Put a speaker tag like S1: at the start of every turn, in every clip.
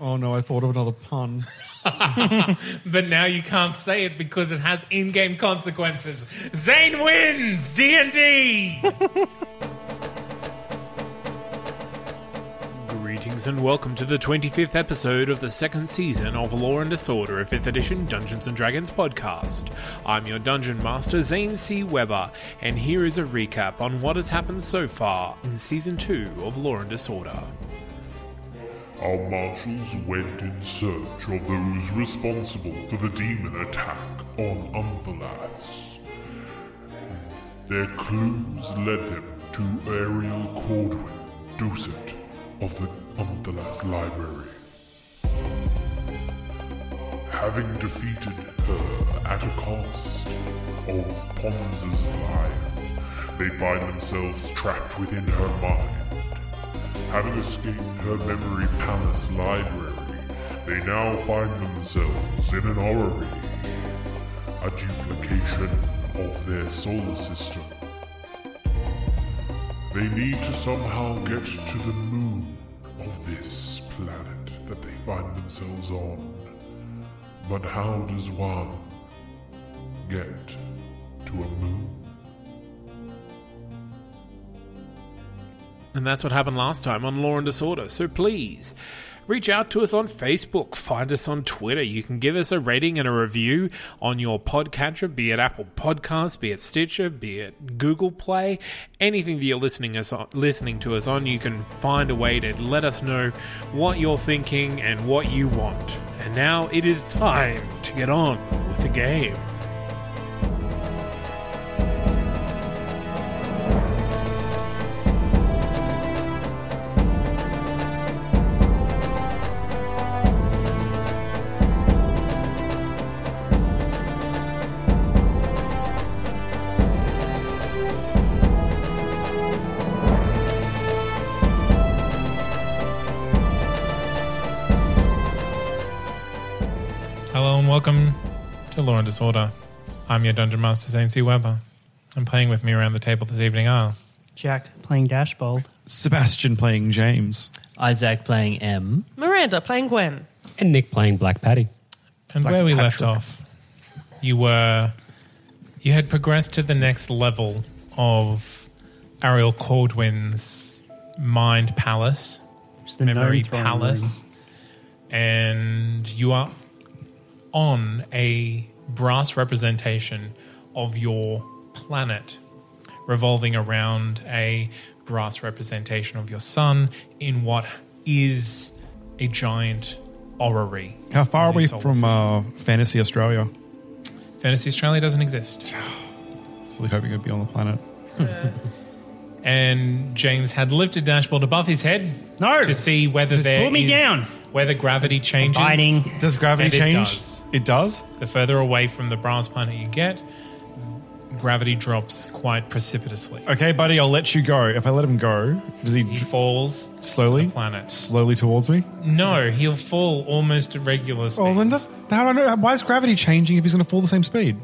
S1: Oh no, I thought of another pun.
S2: But now you can't say it because it has in-game consequences. Zane wins D&D. Greetings and welcome to the 25th episode of the second season of Law and Disorder, a 5th edition Dungeons and Dragons podcast. I'm your dungeon master Zane C Weber, and here is a recap on what has happened so far in season 2 of Law and Disorder.
S3: Our marshals went in search of those responsible for the demon attack on Umberlass. Their clues led them to Ariel Cordwin, docent of the Umberlass Library. Having defeated her at a cost of Ponza's life, they find themselves trapped within her mind. Having escaped her memory palace library, they now find themselves in an orrery, a duplication of their solar system. They need to somehow get to the moon of this planet that they find themselves on. But how does one get to a moon?
S2: And that's what happened last time on Law and Disorder. So please reach out to us on Facebook, find us on Twitter. You can give us a rating and a review on your podcatcher, be it Apple Podcasts, be it Stitcher, be it Google Play, anything that you're listening us on, listening to us on. You can find a way to let us know what you're thinking and what you want. And now it is time to get on with the game. Hello and welcome to Law and Disorder. I'm your Dungeon Master, Zane C. Weber. And playing with me around the table this evening Ah, are
S4: Jack playing Dashbold.
S1: Sebastian playing James.
S5: Isaac playing M.
S6: Miranda playing Gwen.
S5: And Nick playing Black Patty.
S2: And where we left off, you were you had progressed to the next level of Ariel Cordwin's mind palace,
S4: It's the
S2: memory
S4: Gnome Throne
S2: palace, and you are on a brass representation of your planet revolving around a brass representation of your sun in what is a giant orrery.
S1: How far
S2: of
S1: are we
S2: the solar
S1: from
S2: system.
S1: uh, Fantasy Australia?
S2: Fantasy Australia doesn't exist.
S1: Really hoping it'd be on the planet.
S2: And James had lifted dashboard above his head
S4: No.
S2: to see whether there
S4: Pull me
S2: is-
S4: down.
S2: whether gravity changes.
S4: Biting.
S1: Does gravity
S2: And it
S1: change?
S2: does.
S1: It does.
S2: The further away from the brass planet you get, gravity drops quite precipitously.
S1: Okay, buddy, I'll let you go. If I let him go, does he
S2: He
S1: dr-
S2: falls
S1: slowly?
S2: to the planet.
S1: Slowly towards me.
S2: No, he'll fall almost at regular speed.
S1: Oh, then that's how do I know? Why is gravity changing if he's going to fall the same speed?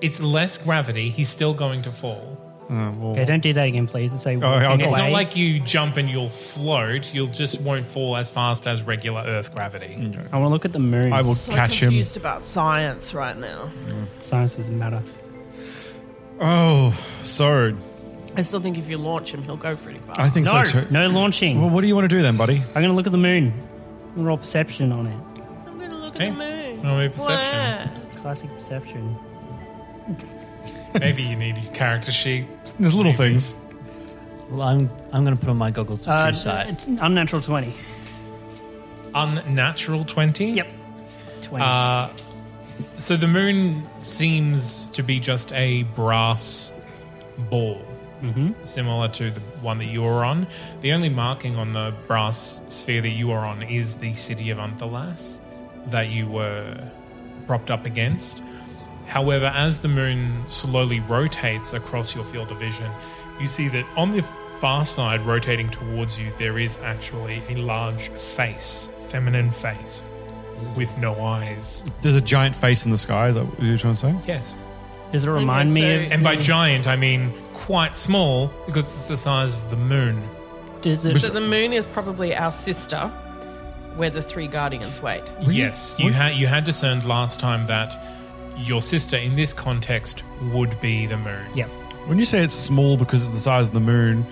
S2: it's less gravity. He's still going to fall.
S1: Uh, well-
S3: okay, don't do that again, please. It's a
S1: Oh, I'll
S3: walking
S1: go.
S2: It's
S3: away.
S2: not like you jump and you'll float. You'll just won't fall as fast as regular Earth gravity.
S3: I want to look at the moon.
S2: I will
S7: so confused about science right now.
S3: Science doesn't matter.
S1: Oh, so
S7: I still think if you launch him, he'll go pretty far.
S1: I think
S3: no,
S1: so too.
S3: No launching.
S1: Well, what do you want to do then, buddy?
S3: I'm going to look at the moon. and Roll perception on it.
S2: Roll me perception.
S3: Classic perception.
S2: Maybe you need your character sheet.
S1: There's little things.
S8: Well, I'm I'm going to put on my goggles to
S3: Uh,
S8: true sight.
S3: it's unnatural 20.
S2: Unnatural 20? Yep.
S3: 20.
S2: Uh, so the moon seems to be just a brass ball, similar to the one that you are on. The only marking on the brass sphere that you are on is the city of Unthalas that you were propped up against. However, as the moon slowly rotates across your field of vision, you see that on the far side, rotating towards you, there is actually a large face, feminine face, with no eyes.
S1: There's a giant face in the sky. Is that what you're trying to say?
S2: Yes.
S3: Does it remind me of.
S2: And by giant, I mean quite small because it's the size of the moon.
S3: Does
S2: it-
S7: so the moon is probably our sister, where the three guardians wait.
S2: Yes, you had you had discerned last time that your sister in this context would be the moon.
S3: Yep.
S1: When you say it's small because it's the size of the moon,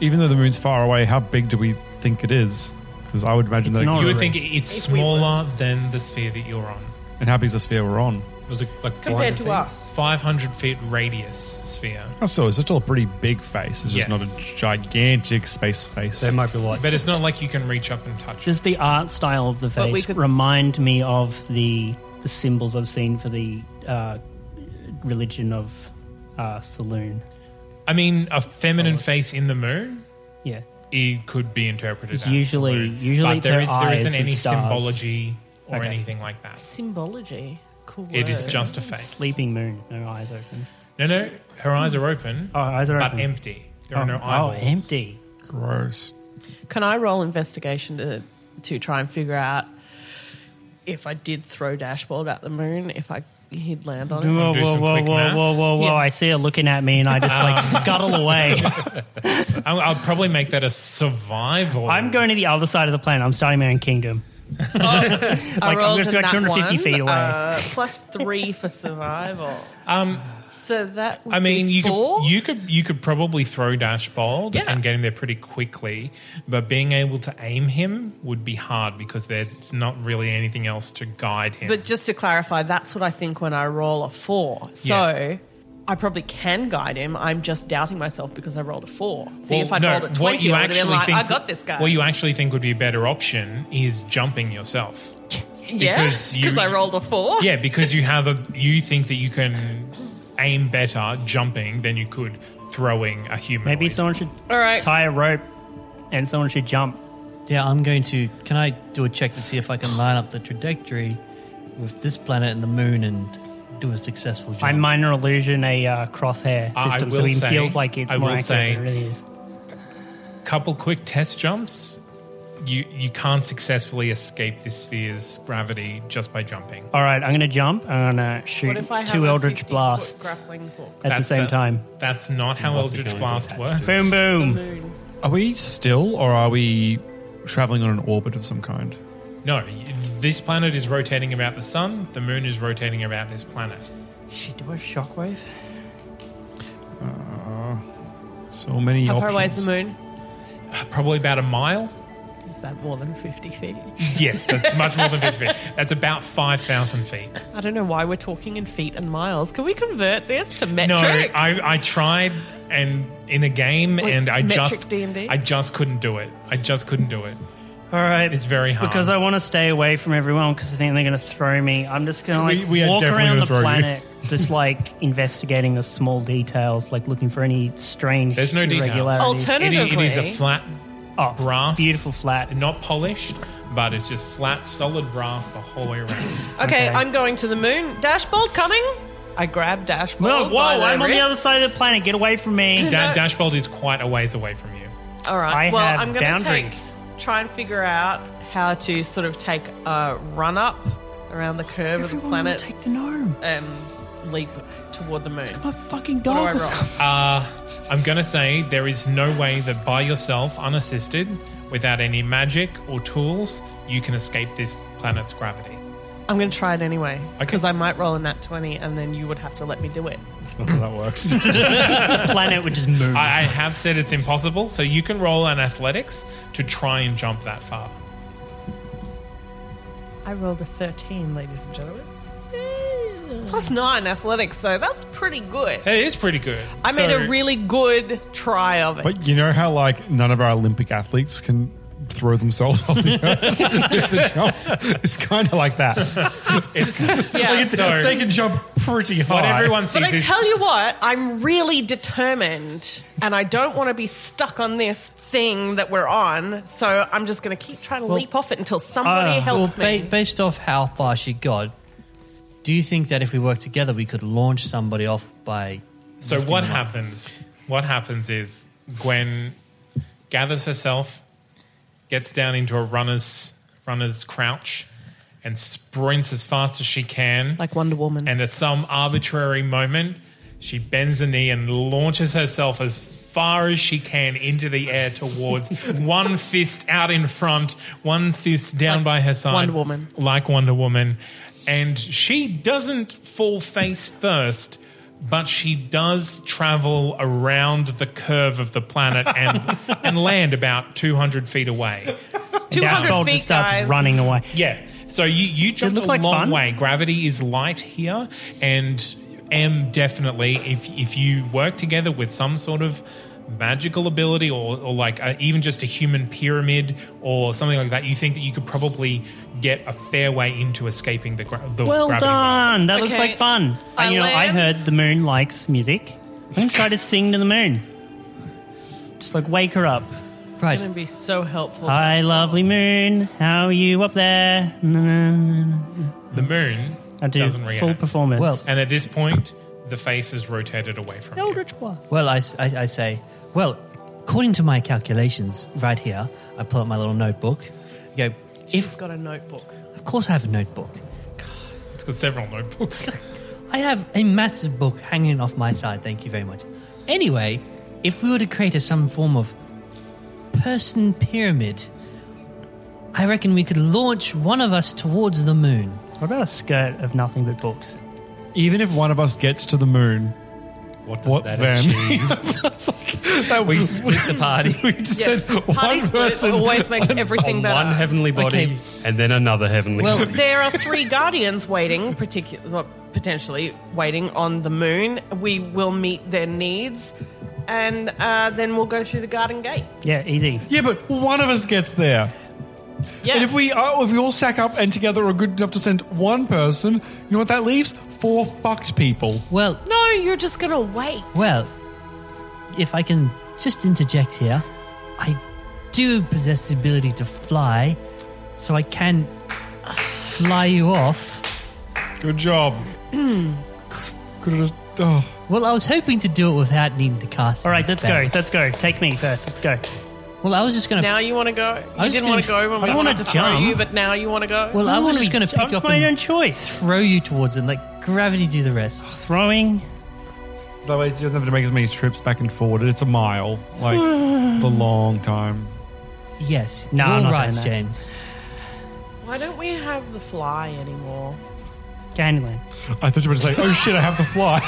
S1: even though the moon's far away, how big do we think it is? Because I would imagine that.
S2: you would think it's smaller than the sphere that you're on.
S1: And how big's the sphere we're on?
S2: It was like, like
S7: Compared
S2: 400
S7: to
S2: feet?
S7: us.
S2: 500 feet radius sphere.
S1: Oh, so it's still a pretty big face. It's
S2: Yes.
S1: just not a gigantic space face. There
S8: might be like.
S2: But it's not like you can reach up and touch it.
S3: Does the art style of the
S7: But we
S3: face
S7: could-
S3: remind me of the the symbols I've seen for the uh, religion of uh, Saloon?
S2: I mean, a feminine face in the moon,
S3: Yeah,
S2: it could be interpreted
S3: It's
S2: as
S3: usually-
S2: the moon.
S3: usually
S2: but
S3: it's
S2: there,
S3: her
S2: is, there
S3: eyes
S2: isn't
S3: with
S2: any
S3: stars.
S2: symbology or
S3: Okay.
S2: anything like that.
S7: Symbology. Cool.
S2: It is
S7: word.
S2: just a face.
S3: sleeping moon, no eyes open.
S2: No, no, her eyes are open,
S3: Oh, eyes are
S2: but
S3: open.
S2: empty. There
S3: oh,
S2: are no
S3: oh,
S2: eyeballs.
S3: empty.
S1: Gross.
S7: Can I roll investigation to to try and figure out if I did throw dashboard at the moon, if I he'd land on it?
S3: Whoa,
S2: do
S3: whoa,
S2: some
S3: whoa, whoa,
S2: quick
S3: whoa,
S2: maths.
S3: whoa, whoa,
S7: Yeah.
S3: I see her looking at me, and I just like scuttle away.
S2: I'll, I'll probably make that a survival.
S3: I'm going to the other side of the planet. I'm starting my own kingdom.
S7: I
S3: Like, I'm
S7: rolled
S3: just
S7: in
S3: about
S7: Oh, that
S3: 250
S7: one,
S3: feet away.
S7: Uh, plus three for survival.
S2: Um,
S7: So that would
S2: I mean,
S7: be
S2: you
S7: four?
S2: could, you could you could probably throw Dashbold
S7: Yeah.
S2: and get him there pretty quickly, but being able to aim him would be hard because there's not really anything else to guide him.
S7: But just to clarify, that's what I think when I roll a four. So
S2: Yeah.
S7: I probably can guide him. I'm just doubting myself because I rolled a four. See,
S2: Well,
S7: if I
S2: no,
S7: rolled a twenty,
S2: what you
S7: I would have
S2: actually
S7: been like,
S2: think,
S7: I got this guy.
S2: What you actually think would be a better option is jumping yourself.
S7: yeah,
S2: because you-
S7: I rolled a four.
S2: Yeah, because you have a you think that you can aim better jumping than you could throwing a human.
S3: Maybe someone should
S7: All right.
S3: tie a rope, and someone should jump.
S8: Yeah, I'm going to. Can I do a check to see if I can line up the trajectory with this planet and the moon and do a successful job?
S3: I minor illusion a uh, crosshair
S2: I
S3: system, so
S2: will
S3: he
S2: say-
S3: feels like it's
S2: I
S3: more
S2: will
S3: accurate
S2: say-
S3: than it really is.
S2: couple quick test jumps. You you can't successfully escape this sphere's gravity just by jumping.
S3: All right, I'm going to jump. I'm going to shoot
S7: What if I have
S3: two
S7: a
S3: Eldritch
S7: 50-foot
S3: blasts
S7: grappling hook?
S3: at the
S2: That's
S3: same
S2: the-
S3: time.
S2: That's not how
S8: What's it
S2: Eldritch
S8: going to
S2: Blast
S8: attach
S2: works.
S8: to?
S3: Boom, boom.
S7: Moon.
S1: Are we still, or are we traveling on an orbit of some kind?
S2: No, you- this planet is rotating about the sun. The moon is rotating about this planet.
S3: Shit, do I have shockwave?
S1: So many
S7: How far
S1: options.
S7: away is the moon?
S2: Probably about a mile.
S7: Is that more than fifty feet?
S2: Yes, that's much more than fifty feet. That's about five thousand feet.
S7: I don't know why we're talking in feet and miles. Can we convert this to
S2: No,
S7: metric?
S2: I, I tried and in a game
S7: Like
S2: and I
S7: metric
S2: just
S7: D&D?
S2: I just couldn't do it. I just couldn't do it.
S3: All right.
S2: It's very hard.
S3: Because I want to stay away from everyone because I think they're going to throw me. I'm just going to
S2: We-
S3: like
S2: we are
S3: walk
S2: definitely
S3: around
S2: gonna
S3: the
S2: throw you.
S3: planet, just like investigating the small details, like looking for any strange
S2: There's no details.
S3: irregularities.
S7: Alternate-
S2: It is- it is a
S7: Alternatively-
S2: flat
S3: Oh,
S2: brass,
S3: Beautiful flat.
S2: not polished, but it's just flat, solid brass the whole way around.
S7: okay, I'm going to the moon. Dashboard coming. I grab dashboard.
S3: Well, whoa,
S7: by the
S3: I'm on the
S7: wrist.
S3: other side of the planet. Get away from me.
S2: da-
S7: No.
S2: Dashbold is quite a ways away from you.
S7: All right.
S3: I
S7: well,
S3: have
S7: I'm going to take
S3: boundaries.
S7: try and figure out how to sort of take a run up around the curve of the planet
S3: the gnome.
S7: and leap toward the moon.
S2: my
S7: fucking
S2: dog or something. Uh, I'm gonna say there is no way that by yourself, unassisted, without any magic or tools, you can escape this planet's gravity.
S7: I'm going to try it anyway because I might roll a nat 20 and then you would have to let me do it.
S1: That's not how that works.
S2: planet would just move. I, I have said it's impossible, so you can roll an athletics to try and jump that far.
S7: I rolled a 13, ladies and gentlemen. Plus 9 athletics, so that's pretty good.
S2: It is pretty good.
S7: I made
S1: So-
S7: a really good try of it.
S1: But you know how like none of our Olympic athletes can throw themselves off the earth. with the jump? It's kind of like that.
S7: Yeah.
S1: Like, it's-
S7: So-
S1: they can jump pretty high.
S7: But I tell you what, I'm really determined, and I don't want to be stuck on this thing that we're on. So I'm just going to keep trying to
S8: Well,
S7: leap off it until somebody
S1: Ah.
S7: helps
S8: well,
S7: me.
S8: ba- based off how far she got, do you think that if we work together, we could launch somebody off by?
S2: So
S8: lifting
S2: what
S8: them up?
S2: happens? What happens is Gwen gathers herself, gets down into a runner's runner's crouch, and sprints as fast as she can, like
S7: Wonder Woman.
S2: And at some arbitrary moment, she bends a knee and launches herself as far as she can into the air towards one fist out in front, one fist down by her side,
S7: Wonder Woman.
S2: like Wonder Woman. And she doesn't fall face first, but she does travel around the curve of the planet and, and land about 200 feet away.
S3: And Dash 200 Bolt just feet, starts guys. running away.
S2: Yeah. So you, you jumped
S3: look
S2: a
S3: like
S2: long
S3: fun?
S2: way. Gravity is light here, and M definitely, if, if you work together with some sort of magical ability or, or like uh even just a human pyramid or something like that, you think that you could probably get a fair way into escaping the, gra- the
S3: well
S2: gravity.
S3: done. That looks
S2: Okay.
S3: like fun.
S2: I
S3: And you know, I
S2: land-
S3: heard the moon likes music. I'm gonna try to sing to the moon. Just like wake her up.
S7: It's going to be so helpful.
S3: Hi, lovely moon. How are you up there? Na, na, na, na.
S2: The moon
S3: I do
S2: doesn't
S3: full
S2: react.
S3: performance. Well-
S2: and at this point, the face is rotated away from
S3: Eldritch Blast.
S8: Well, I, s- I- I say, well, according to my calculations, right here, I pull out my little notebook. I go,
S7: She's got a notebook.
S8: of course I have a notebook.
S2: It's got several notebooks.
S8: I have a massive book hanging off my side. Thank you very much. Anyway, if we were to create a, some form of person pyramid, I reckon we could launch one of us towards the moon.
S3: What about a skirt of nothing but books?
S1: Even if one of us gets to the moon,
S8: what
S1: does
S8: that
S1: then?
S8: achieve?
S1: That's like- that
S8: We
S1: was-
S8: split the party.
S1: we just
S7: Yes,
S1: said
S7: party
S1: one
S7: split
S1: person
S7: always makes everything better.
S9: One heavenly body
S7: Okay.
S9: and then another heavenly
S7: Well,
S9: body.
S7: there are three guardians waiting, particu- well, potentially waiting on the moon. We will meet their needs, and uh, then we'll go through the garden gate.
S3: Yeah, easy.
S1: Yeah, but one of us gets there.
S7: Yeah.
S1: And if we oh, if we all stack up and together are good enough to send one person, you know what that leaves? Four fucked people.
S8: Well,
S7: No, Oh, you're just going to wait.
S8: Well, if I can just interject here, I do possess the ability to fly, so I can fly you off.
S1: Good job. Could have. Oh.
S8: Well, I was hoping to do it without needing to cast.
S3: All right, let's go. Let's go. Take me first. Let's go.
S8: Well, I was just gonna.
S7: Now you want to go?
S8: I
S7: You
S8: was
S7: didn't
S8: gonna-
S7: want to go when
S8: I
S7: we wanted
S8: don't wanna
S7: to throw
S8: jump.
S7: you, but now you want to go?
S8: Well, I was just going to pick
S3: it's
S8: up
S3: my
S8: and
S3: own choice.
S8: throw you towards and let gravity do the rest.
S7: Oh,
S3: Throwing.
S1: That way, she doesn't have to make as many trips back and forward. It's a mile. Like it's a long time.
S8: Yes.
S1: No,
S8: you're
S1: I'm not
S8: right,
S1: doing that.
S8: James.
S7: Why don't we have the fly anymore?
S3: Candyland.
S1: I thought you were going to say, "Oh shit, I have to fly."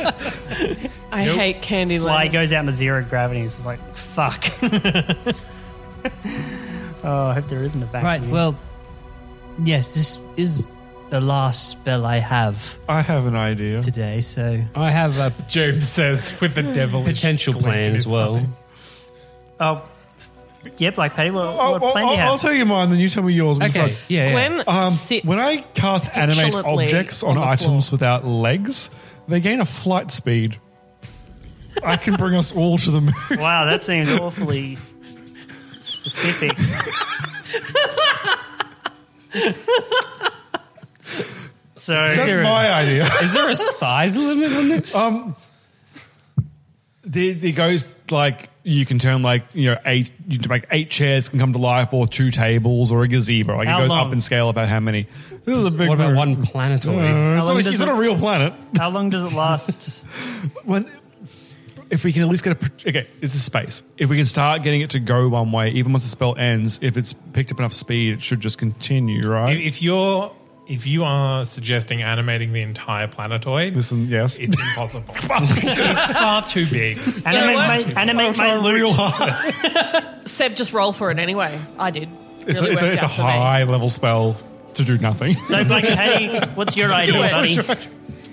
S7: I
S3: Nope.
S7: hate candy.
S3: Fly goes out into zero gravity. It's just like fuck. oh, I hope there isn't a vacuum.
S8: Right. Well, yes. This is the last spell I have.
S1: I have an idea
S8: today. So
S9: I have a
S2: James says with the devil
S9: potential plan as well.
S3: Oh, yeah, Black Patty. What,
S1: I'll,
S3: what plan do you
S1: I'll- I'll
S3: have?
S1: tell you mine, then you tell me yours. I'm
S3: Okay,
S1: sorry.
S3: yeah, yeah. Gwen
S1: um,
S3: sits
S1: when I cast animate
S3: petulantly
S1: objects on,
S3: on the
S1: items without legs, they gain a flight speed. I can bring us all to the moon.
S3: wow, that seems awfully specific. so
S1: That's my idea.
S9: Is there a size limit on this?
S1: Um, the, it goes like you can turn like you know eight you can make eight chairs can come to life or two tables or a gazebo like
S9: How
S1: it goes
S9: long?
S1: up in scale about how many this is a big
S9: What about
S1: moon.
S9: one planetoid?
S1: Uh,
S9: How
S1: it's
S9: long
S1: not, a,
S9: does
S1: it's not
S9: it-
S1: a real planet
S3: How long does it last?
S1: when, if we can at least get a pr- okay, this is space. If we can start getting it to go one way, even once the spell ends, if it's picked up enough speed, it should just continue, right?
S2: If, if you're if you are suggesting animating the entire planetoid,
S1: listen, yes,
S2: it's impossible. it's far too big.
S7: Animate
S2: Far
S7: my-
S2: too big.
S7: animate my
S1: real
S7: Seb, just roll for it anyway. I did.
S1: it's
S7: Really
S1: a, it's a,
S7: worked
S1: it's a
S7: out for me.
S1: high level spell to do nothing.
S3: So, like, hey, what's your
S1: Do
S3: idea,
S1: it.
S3: buddy?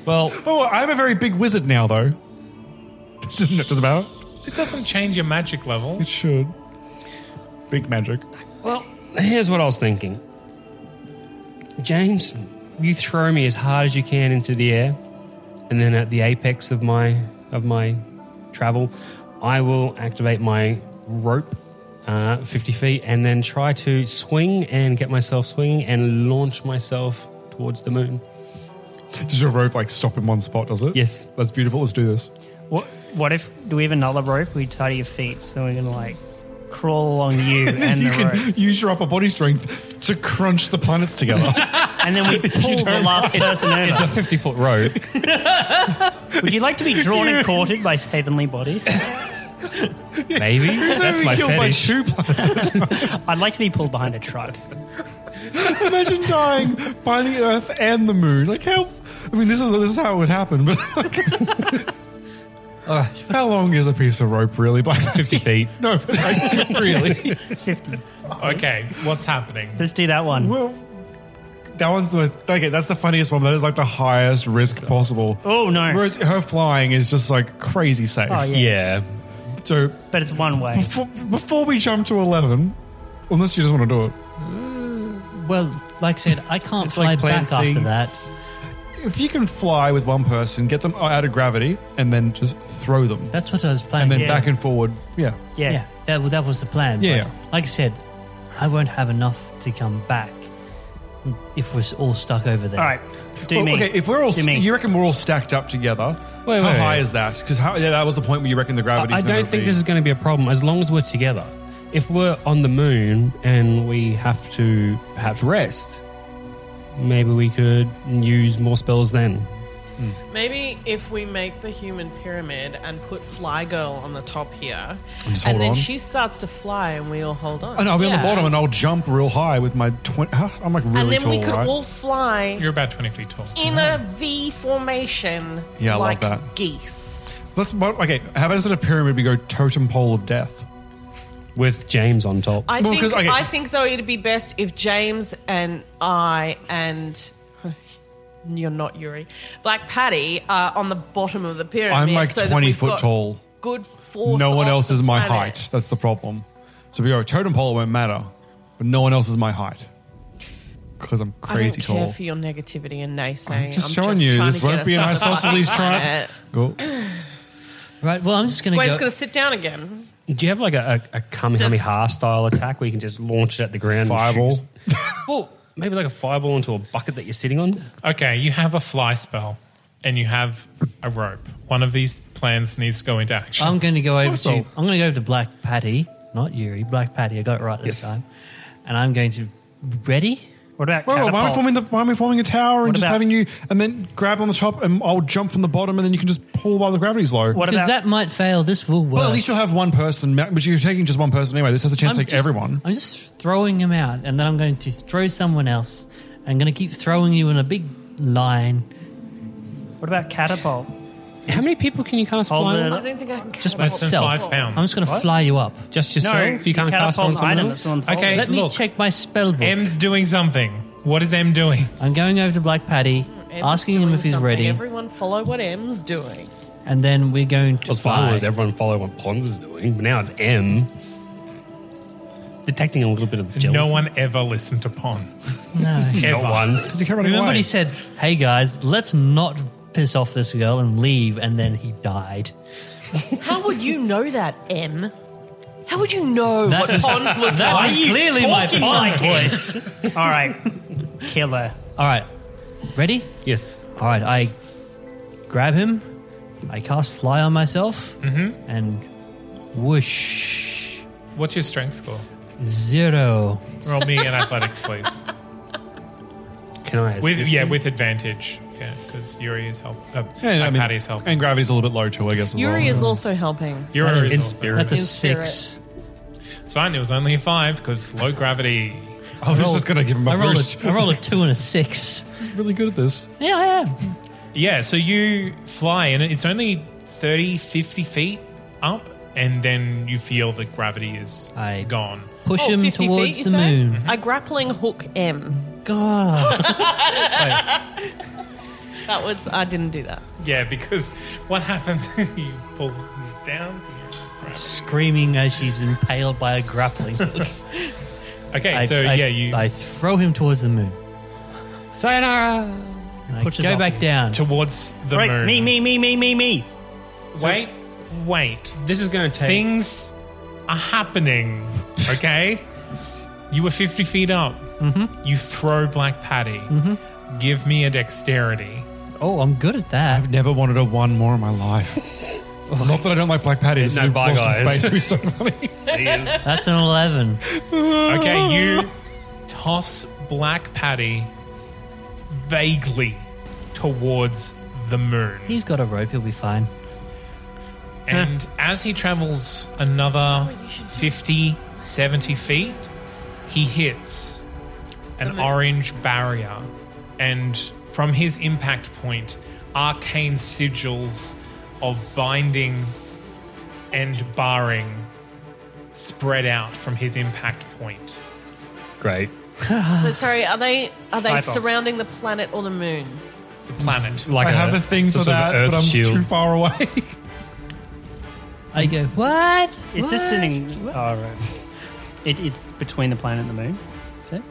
S1: Well, oh, I'm a very big wizard now, though. Doesn't it just about?
S2: It doesn't change your magic level.
S1: It should. Big magic.
S9: Well, here's what I was thinking. James, you throw me as hard as you can into the air, and then at the apex of my of my travel, I will activate my rope, uh, fifty feet, and then try to swing and get myself swinging and launch myself towards the moon.
S1: Does your rope like stop in one spot? Does it?
S9: Yes.
S1: That's beautiful. Let's do this.
S3: What, what if, do we have another rope? We tie to your feet, so we're going to, like, crawl along you
S1: And then
S3: and
S1: you
S3: the
S1: can
S3: rope.
S1: use your upper body strength to crunch the planets together.
S3: And then we pull the
S1: don't
S3: last
S1: mind.
S3: person over.
S1: It's a
S9: 50 foot rope.
S3: Would you like to be drawn and quartered by heavenly bodies?
S9: Maybe that's my fetish.
S3: I'd like to be pulled behind a truck.
S1: Imagine dying by the Earth and the Moon. Like how? I mean, this is this is how it would happen. But like, uh, how long is a piece of rope really? By fifty
S9: feet?
S1: No, but like, really.
S3: Fifty.
S2: Okay, what's happening?
S3: Let's do that one.
S1: Well, that one's the most, okay. That's the funniest one. That is like the highest risk possible.
S3: Oh, no.
S1: Whereas her flying is just like crazy safe.
S3: Oh, yeah.
S1: So
S3: But it's one way.
S1: before, before we jump to eleven, unless you just want to do it.
S8: Well, like I said, I can't fly
S1: like Plan
S8: back after
S1: C.
S8: that.
S1: If you can fly with one person, get them out of gravity, and then just throw them,
S8: That's what I was planning.
S1: and then back and forward. Yeah.
S8: Yeah. that, well, that was the plan. but
S1: Yeah.
S8: like I said, I won't have enough to come back if we're all stuck over there.
S3: All right. Do
S1: Well,
S3: me.
S1: Okay, if we're all,
S3: Do
S1: st-
S3: me.
S1: you reckon we're all stacked up together?
S9: Wait,
S1: how
S9: wait,
S1: high
S9: wait.
S1: is that? Because yeah, that was the point where you reckon the gravity.
S9: I I don't think this is going to be a problem as long as we're together. If we're on the moon and we have to perhaps rest, maybe we could use more spells then.
S7: Maybe if we make the human pyramid and put Fly Girl on the top here,
S1: And just
S7: and
S1: hold
S7: then
S1: on.
S7: she starts to fly, and we all hold on.
S1: And I'll be on
S7: Yeah.
S1: the bottom, and I'll jump real high with my twenty. I'm like really
S7: and then
S1: tall,
S7: we could
S1: right?
S7: all fly
S2: You're about twenty feet tall.
S7: in a V formation,
S1: Yeah, I love
S7: like
S1: that.
S7: geese.
S1: Let's well, okay. How about instead of pyramid, we go totem pole of death
S9: with James on top.
S7: I
S1: Well,
S7: think
S1: 'cause, okay.
S7: I think though it'd be best if James and I and you're not Yuri, Black Patty are on the bottom of the pyramid.
S1: I'm like
S7: so that
S1: 20
S7: we've
S1: foot
S7: got
S1: tall.
S7: Good force.
S1: no one
S7: off
S1: else
S7: the
S1: is my
S7: planet.
S1: height. That's the problem. So we go totem pole it won't matter, but no one else is my height because I'm
S7: I don't
S1: crazy
S7: care
S1: tall.
S7: for your negativity and naysaying.
S1: I'm just showing you
S7: trying
S1: this
S7: to get
S1: won't be an
S7: us off
S1: isosceles
S7: the
S1: triangle.
S7: planet.
S1: Go.
S8: Right. Well, I'm just going to
S7: Wait,
S8: go.
S7: it's going to sit down again.
S9: Do you have like a, a, a Kamehameha style attack where you can just launch it at the ground? and
S1: Fireball.
S9: shoot? well, maybe like a fireball into a bucket that you're sitting on.
S2: Okay, you have a fly spell and you have a rope. One of these plans needs to go into action.
S8: I'm going to go over to.
S2: Awesome.
S8: I'm going to go over to Black Patty, not Yuri. Black Patty. I got it right this
S2: Yes.
S8: time. And I'm going to ready.
S3: What about
S1: Well, why, are we
S3: catapult?
S1: forming the, why am I forming a tower and
S3: What
S1: just
S3: about-
S1: having you, and then grab on the top, and I'll jump from the bottom, and then you can just pull while the gravity's low.
S3: What
S8: Because
S3: about
S8: that might fail. This will work.
S1: well, at least you'll have one person, ma- but you're taking just one person anyway. This has a chance to take
S8: just-
S1: everyone.
S8: I'm just throwing them out, and then I'm going to throw someone else. I'm going to keep throwing you in a big line.
S3: what about catapult?
S9: How many people can you cast
S3: Hold
S9: fly
S3: it.
S9: on?
S7: I don't think I can.
S8: Just
S7: catapult.
S2: Less than
S8: myself.
S2: five pounds.
S8: I'm just going to
S3: What?
S8: fly you up.
S9: Just yourself? you can't cast it on
S3: catapult an
S9: someone
S3: item
S9: else?
S3: that someone's
S2: Okay,
S3: holding.
S8: Let me
S2: look.
S8: check my spell book.
S2: M's doing something. What is M doing?
S8: I'm going over to Black Paddy,
S7: Em's
S8: asking him
S7: doing
S8: if he's
S7: something.
S8: ready,
S7: Everyone follow what M's doing.
S8: and then we're going to
S9: As far
S8: fly.
S9: as everyone follow what Pons is doing, but now it's M. Detecting a little bit of jealousy.
S2: No one ever listened to Pons.
S8: No.
S2: Ever.
S9: Not once.
S1: Does he care about
S8: Remember
S1: anyone?
S8: when he said, "Hey guys, let's not piss off this girl and leave," and then he died.
S7: How would you know that, M? How would you know
S8: That
S7: what
S8: is-
S7: Pons was
S8: that
S7: like?
S8: is clearly my
S7: talking
S8: Pons
S7: like
S8: voice.
S3: All right, killer.
S8: All right, ready?
S9: Yes.
S8: All right, I grab him. I cast fly on myself, and Whoosh.
S2: What's your strength score?
S8: Zero.
S2: Roll me an athletics, please.
S9: Can I?
S2: With
S9: assist
S2: yeah,
S9: him?
S2: with advantage. Yeah, because Yuri is help. Uh,
S1: Yeah, I mean,
S2: Paddy's help.
S1: And gravity's a little bit low too, I guess. As
S7: Yuri
S1: well.
S3: Mm.
S7: is also helping.
S2: Yuri
S1: That
S2: is
S1: is- in
S2: also-
S1: spirit. that's a In spirit. six.
S2: It's fine. It was only a five because low gravity.
S1: I was just gonna give him a
S2: I rolled
S1: boost.
S2: I
S8: rolled a two and a six.
S1: really good at this.
S8: Yeah, I am.
S2: Yeah, so you fly and it's only 30, 50 feet up, and then you feel the gravity is gone.
S8: Push
S7: Oh,
S8: him
S7: 50
S8: towards
S7: feet, you
S8: the
S7: say? Mm-hmm.
S8: moon.
S7: A grappling hook M.
S8: God.
S7: That was I didn't do that.
S2: Yeah, because what happens? you pull down.
S8: Screaming as she's impaled by a grappling hook.
S2: Okay,
S8: I-
S2: so
S8: I-
S2: yeah, you
S8: I throw him towards the moon. Sayonara. And I
S2: Pushes
S8: go
S2: off
S8: back
S2: you.
S8: down
S2: towards the
S8: Right,
S2: moon.
S8: me,
S3: me, me, me, me.
S2: Wait, wait.
S9: This is going to take.
S2: Things are happening. Okay, you were fifty feet up. Mm-hmm. You throw Black Patty. Mm-hmm. Give me a dexterity.
S8: Oh, I'm good at that.
S1: I've never wanted a one more in my life. Not that I don't like black patties.
S9: No, bye,
S1: Lost in
S9: guys.
S1: Space would be so funny.
S8: That's an 11.
S2: Okay, you toss Black Patty vaguely towards the moon.
S8: He's got a rope, he'll be fine.
S2: And as he travels another 50, 70 feet, he hits an orange barrier. And from his impact point, arcane sigils of binding and barring spread out from his impact point.
S9: Great.
S7: So sorry, are they are they
S2: Five bombs.
S7: surrounding the planet or the moon?
S2: The planet.
S9: Like
S1: I have a thing
S9: some
S1: for
S9: sort of
S1: that, but
S9: Earth
S1: I'm
S9: shield.
S1: too far away.
S8: I go, what?
S3: It's just
S8: What?
S3: an. Eng- oh, right. It, it's between the planet and the moon. Is it?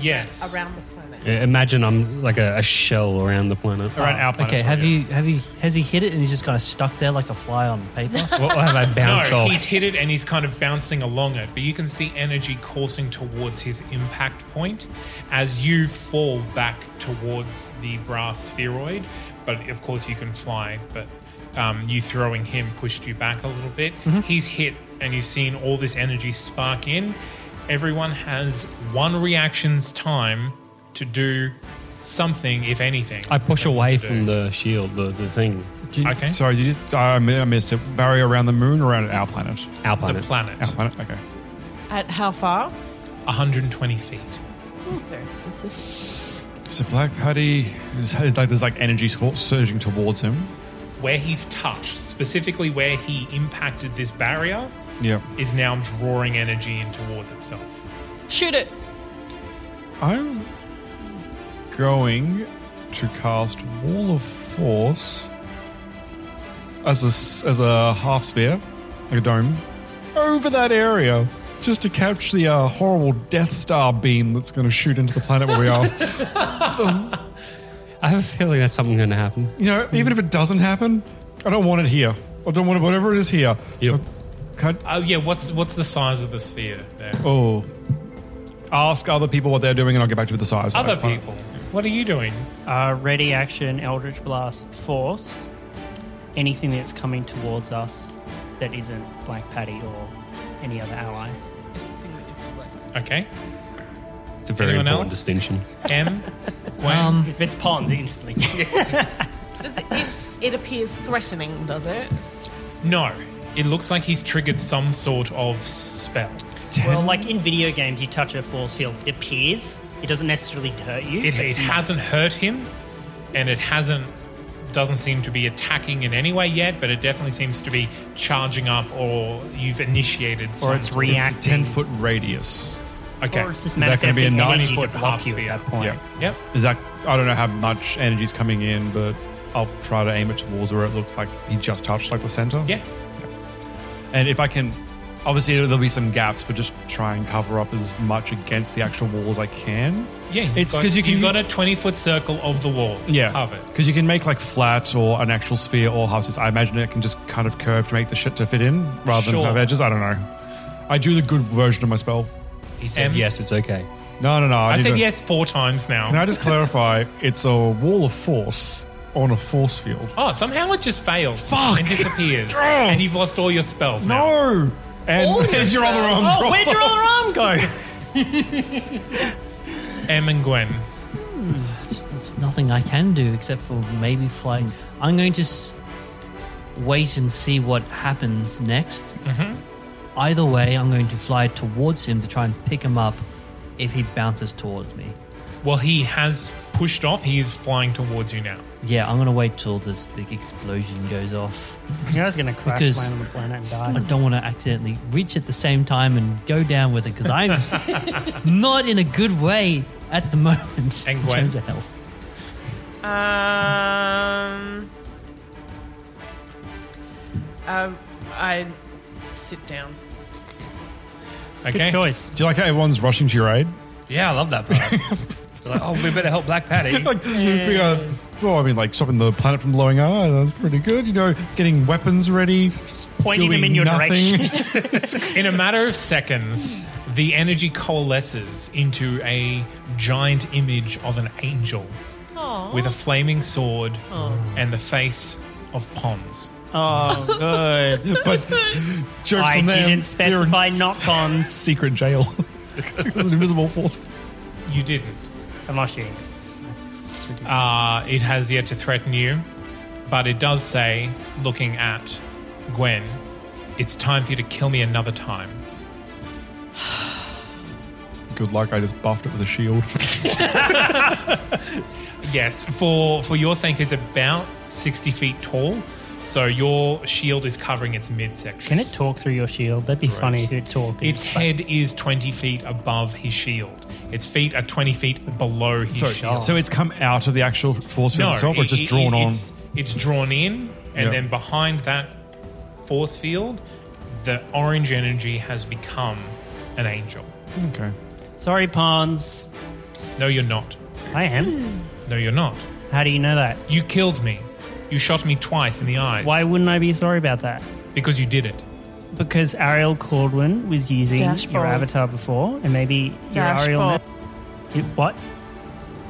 S2: Yes.
S7: Around the planet.
S9: Yeah, Imagine I'm like a, a shell around the planet.
S8: Okay, have you have you has he hit it and he's just kind of stuck there like a fly on paper?
S9: What have I bounced
S2: no,
S9: off?
S2: he's hit it and he's kind of bouncing along it, but you can see energy coursing towards his impact point as you fall back towards the brass spheroid. But of course, you can fly, but um, you throwing him pushed you back a little bit.
S8: Mm-hmm.
S2: He's hit, and you've seen all this energy spark in. Everyone has one reaction's time to do something, if anything.
S9: I push away
S2: to do.
S9: from the shield, the, the thing.
S1: Can-
S2: Okay.
S1: Sorry, you just, I mi- I missed it. Barrier around the moon, or around our planet.
S9: Our
S2: the
S9: planet.
S2: planet.
S1: Our planet. Okay.
S7: At how far? Hmm,
S2: 120 feet.
S7: Very specific.
S1: So Black Patty is it's like there's like energy sur- surging towards him.
S2: where he's touched, specifically where he impacted this barrier,
S1: Yeah.
S2: is now drawing energy in towards itself.
S7: Shoot it.
S1: I'm going to cast Wall of Force as a s- as a half sphere, like a dome, over that area, just to catch the uh, horrible Death Star beam that's going to shoot into the planet where we are.
S9: I have a feeling that's something going to happen.
S1: you know, even if it doesn't happen, I don't want it here. I don't want it, whatever it is here. Uh,
S9: Yep.
S1: Can't-
S2: Oh yeah, what's what's the size of the sphere there?
S1: oh, ask other people what they're doing, and I'll get back to you with the size.
S2: Other people. What are you doing?
S3: Uh, ready action, Eldritch Blast, Force. Anything that's coming towards us that isn't Black Patty or any other ally.
S2: Okay.
S9: It's a very
S2: Anyone
S9: important
S2: else?
S9: distinction.
S2: M Gwen?
S3: If it's Pons, it instantly.
S7: Does it, it, it appears threatening, does it?
S2: No. It looks like he's triggered some sort of spell.
S3: well, like in video games, you touch a force field, it appears. It doesn't necessarily hurt you. Mm.
S2: It,
S3: but
S2: it
S3: you-
S2: hasn't hurt him and it hasn't doesn't seem to be attacking in any way yet, but it definitely seems to be charging up or you've initiated some
S3: Or it's
S2: sort of-
S3: reacting.
S1: Ten foot radius.
S2: Okay.
S3: Or it's just
S1: Is that gonna be a
S3: manifesting
S1: nine
S3: energy to
S2: foot
S3: block
S2: half
S3: you
S2: sphere?
S3: at that point.
S1: Yeah.
S2: Yep.
S1: Is that I don't know how much energy's coming in, but I'll try to aim it towards where it looks like he just touched, like the center.
S2: Yeah.
S1: And if I can, obviously there'll be some gaps, but just try and cover up as much against the actual wall as I can.
S2: Yeah, you've
S1: It's
S2: got-
S1: 'cause you can-
S2: you've got a twenty foot circle of the wall.
S1: Yeah,
S2: covered.
S1: because you can make like flat or an actual sphere or half. I imagine it can just kind of curve to make the shit to fit in rather
S2: Sure.
S1: than have edges. I don't know. I drew the good version of my spell.
S9: He said,
S2: M.
S9: yes, it's okay.
S1: No, no, no.
S2: Um, I
S1: need
S2: said
S1: to-
S2: yes four times now.
S1: Can I just clarify? It's a wall of force. on a force field.
S2: Oh, somehow it just fails
S1: Fuck.
S2: and disappears, and you've lost all your spells.
S1: No,
S2: All
S1: and
S2: your And your other spells? arm
S1: Oh,
S2: drops
S1: where'd your
S2: off.
S1: other arm go?
S2: now. Em and Gwen.
S8: It's, it's nothing I can do except for maybe fly. I'm going to s- wait and see what happens next.
S2: Mhm.
S8: Either way, I'm going to fly towards him to try and pick him up if he bounces towards me.
S2: Well, he has pushed off. He is flying towards you now.
S8: Yeah, I'm going to wait till this the explosion goes off.
S3: Yeah, I was gonna crash
S8: Because
S3: land on the planet and die.
S8: I don't want to accidentally reach at the same time and go down with it because I'm not in a good way at the moment in
S2: Gwen.
S8: terms of health.
S7: Um, um, I sit down.
S1: Okay. choice. Do you like how everyone's rushing to your aid?
S9: Yeah, I love that part. They're like, oh, we better help Black Patty.
S1: like, we got- well, I mean, like stopping the planet from blowing up. That's pretty good. You know, getting weapons ready, just
S2: Pointing them
S1: doing
S2: in your
S1: nothing.
S2: in a matter of seconds, the energy coalesces into a giant image of an angel
S7: Aw.
S2: with a flaming sword
S7: Aw.
S2: and the face of Pons.
S3: Oh, good.
S1: but jokes
S3: I
S1: on them.
S3: didn't
S1: They're in
S3: specify
S1: s-
S3: knock on.
S1: Secret jail. it was an invisible force.
S2: You didn't.
S3: Unless you.
S2: Uh, it has yet to threaten you, but it does say, looking at Gwen, it's time for you to kill me another time.
S1: Good luck. I just buffed it with a shield.
S2: Yes, for for your sake, it's about sixty feet tall, so your shield is covering its midsection.
S3: Can it talk through your shield? That'd be funny if it talked.
S2: Its head is twenty feet above his shield. Its feet are twenty feet below his
S1: so,
S2: shield.
S1: so it's come out of the actual force field
S2: no,
S1: itself, or
S2: it-
S1: it's just
S2: it-
S1: drawn on.
S2: It's, it's drawn in, and
S1: Yeah.
S2: then behind that force field, the orange energy has become an angel.
S1: Okay.
S3: Sorry, Pons.
S2: No, you're not.
S3: I am.
S2: No, you're not.
S3: How do you know that?
S2: You killed me. You shot me twice in the eyes.
S3: Why wouldn't I be sorry about that?
S2: Because you did it.
S3: Because Ariel Caldwin was using your
S7: Dashboard.
S3: avatar before, and maybe your Ariel.
S7: Dashboard.
S3: You- what?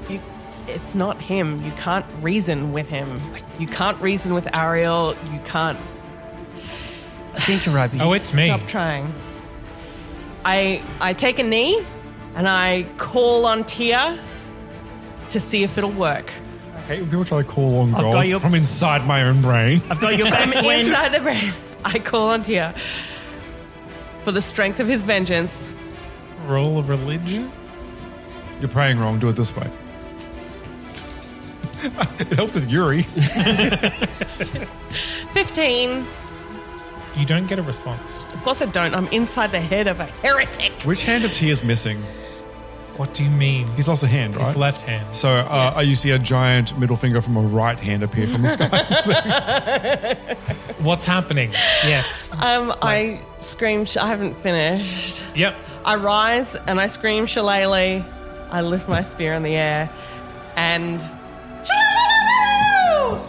S7: You, it's not him. You can't reason with him. You can't reason with Ariel. You can't.
S3: I think you're right.
S2: Oh, it's me.
S7: Stop trying. I I take a knee, and I call on Tia to see if it'll work.
S1: I hate when people try to call on
S7: I've got
S1: goals
S7: your-
S1: from inside my own brain.
S3: I've got your
S7: I'm inside the brain. I call on Tia for the strength of his vengeance.
S2: Roll of religion?
S1: You're praying wrong. Do it this way. it helped with Yuri.
S7: Fifteen.
S2: You don't get a response.
S7: Of course I don't. I'm inside the head of a heretic.
S1: Which hand of T is missing?
S2: What do you mean?
S1: He's lost a hand, right?
S2: His left hand.
S1: So uh, you see a giant middle finger from a right hand appear from the sky.
S2: What's happening? Yes.
S7: Um, I scream. Sh- I haven't finished.
S2: Yep.
S7: I rise and I scream shillelagh. I lift my spear in the air and shillelagh!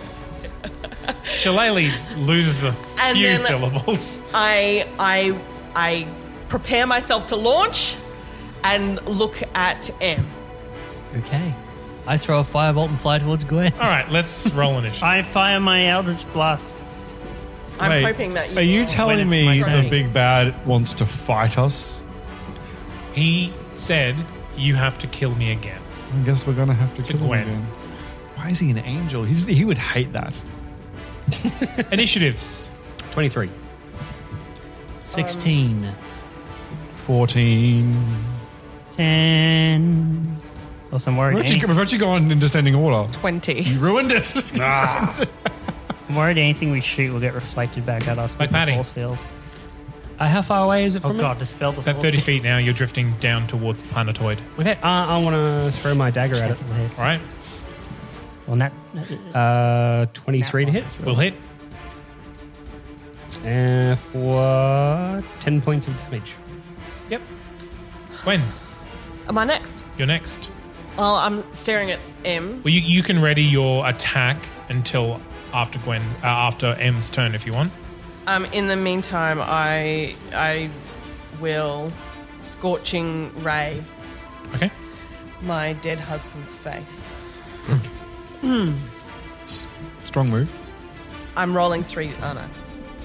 S2: Shillelagh loses a
S7: And
S2: few
S7: then-
S2: syllables.
S7: I I I prepare myself to launch and look at M.
S8: Okay. I throw a firebolt and fly towards Gwen.
S2: All right, let's roll initiative.
S3: I fire my Eldritch Blast.
S7: I'm
S1: Wait,
S7: hoping that you.
S1: Are you
S7: will.
S1: telling
S3: When it's
S1: me
S3: my
S1: the
S3: turn.
S1: big bad wants to fight us?
S2: He said, "You have to kill me again."
S1: I guess we're gonna have to
S2: To
S1: kill
S2: Gwen.
S1: him again. Why is he an angel? He's, he would hate that.
S2: Initiatives.
S9: 23.
S8: 16.
S1: Fourteen.
S3: Ten. Awesome worried.
S1: We've
S3: any-
S1: actually, we've actually gone in descending order.
S7: Twenty.
S1: You ruined it.
S3: I'm worried anything we shoot will get reflected back at us.
S2: Like
S3: with the
S2: Patty.
S3: force field.
S8: Uh, how far away is it
S3: Oh
S8: from me?
S3: god, dispel the
S2: About
S3: force
S2: thirty
S3: field.
S2: feet now. You're drifting down towards the planetoid.
S9: Okay, uh, I want to throw my dagger at
S3: Chance
S9: it.
S3: of a hit.
S2: All right,
S3: On that,
S9: Uh, 23 to hit.
S2: we'll hit.
S9: Uh, for 10 points of damage.
S2: Yep. Gwen,
S7: Am I next?
S2: you're next.
S7: Well, I'm staring at M.
S2: Well, you, you can ready your attack until after Gwen, uh, after M's turn, if you want.
S7: Um, in the meantime, I I will scorching ray
S2: Okay.
S7: my dead husband's face.
S1: It's strong move.
S7: I'm rolling three. Oh no.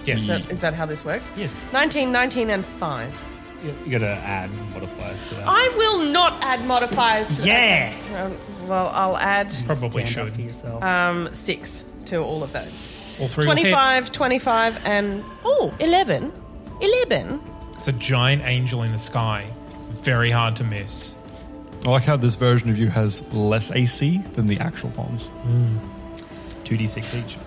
S1: Yes.
S7: Is that, is that how this works?
S9: Yes.
S7: 19, 19, and 5.
S9: You, you got to add modifiers to that.
S7: I will not add modifiers to
S9: Yeah.
S7: that. Um, well, I'll add.
S2: Probably should.
S7: Um, six to all of those.
S2: All three will hit.
S7: 25, 25, and. Oh, 11. 11.
S2: It's a giant angel in the sky. It's very hard to miss.
S1: I like how this version of you has less AC than the actual bonds.
S3: Hmm.
S9: Two d six each.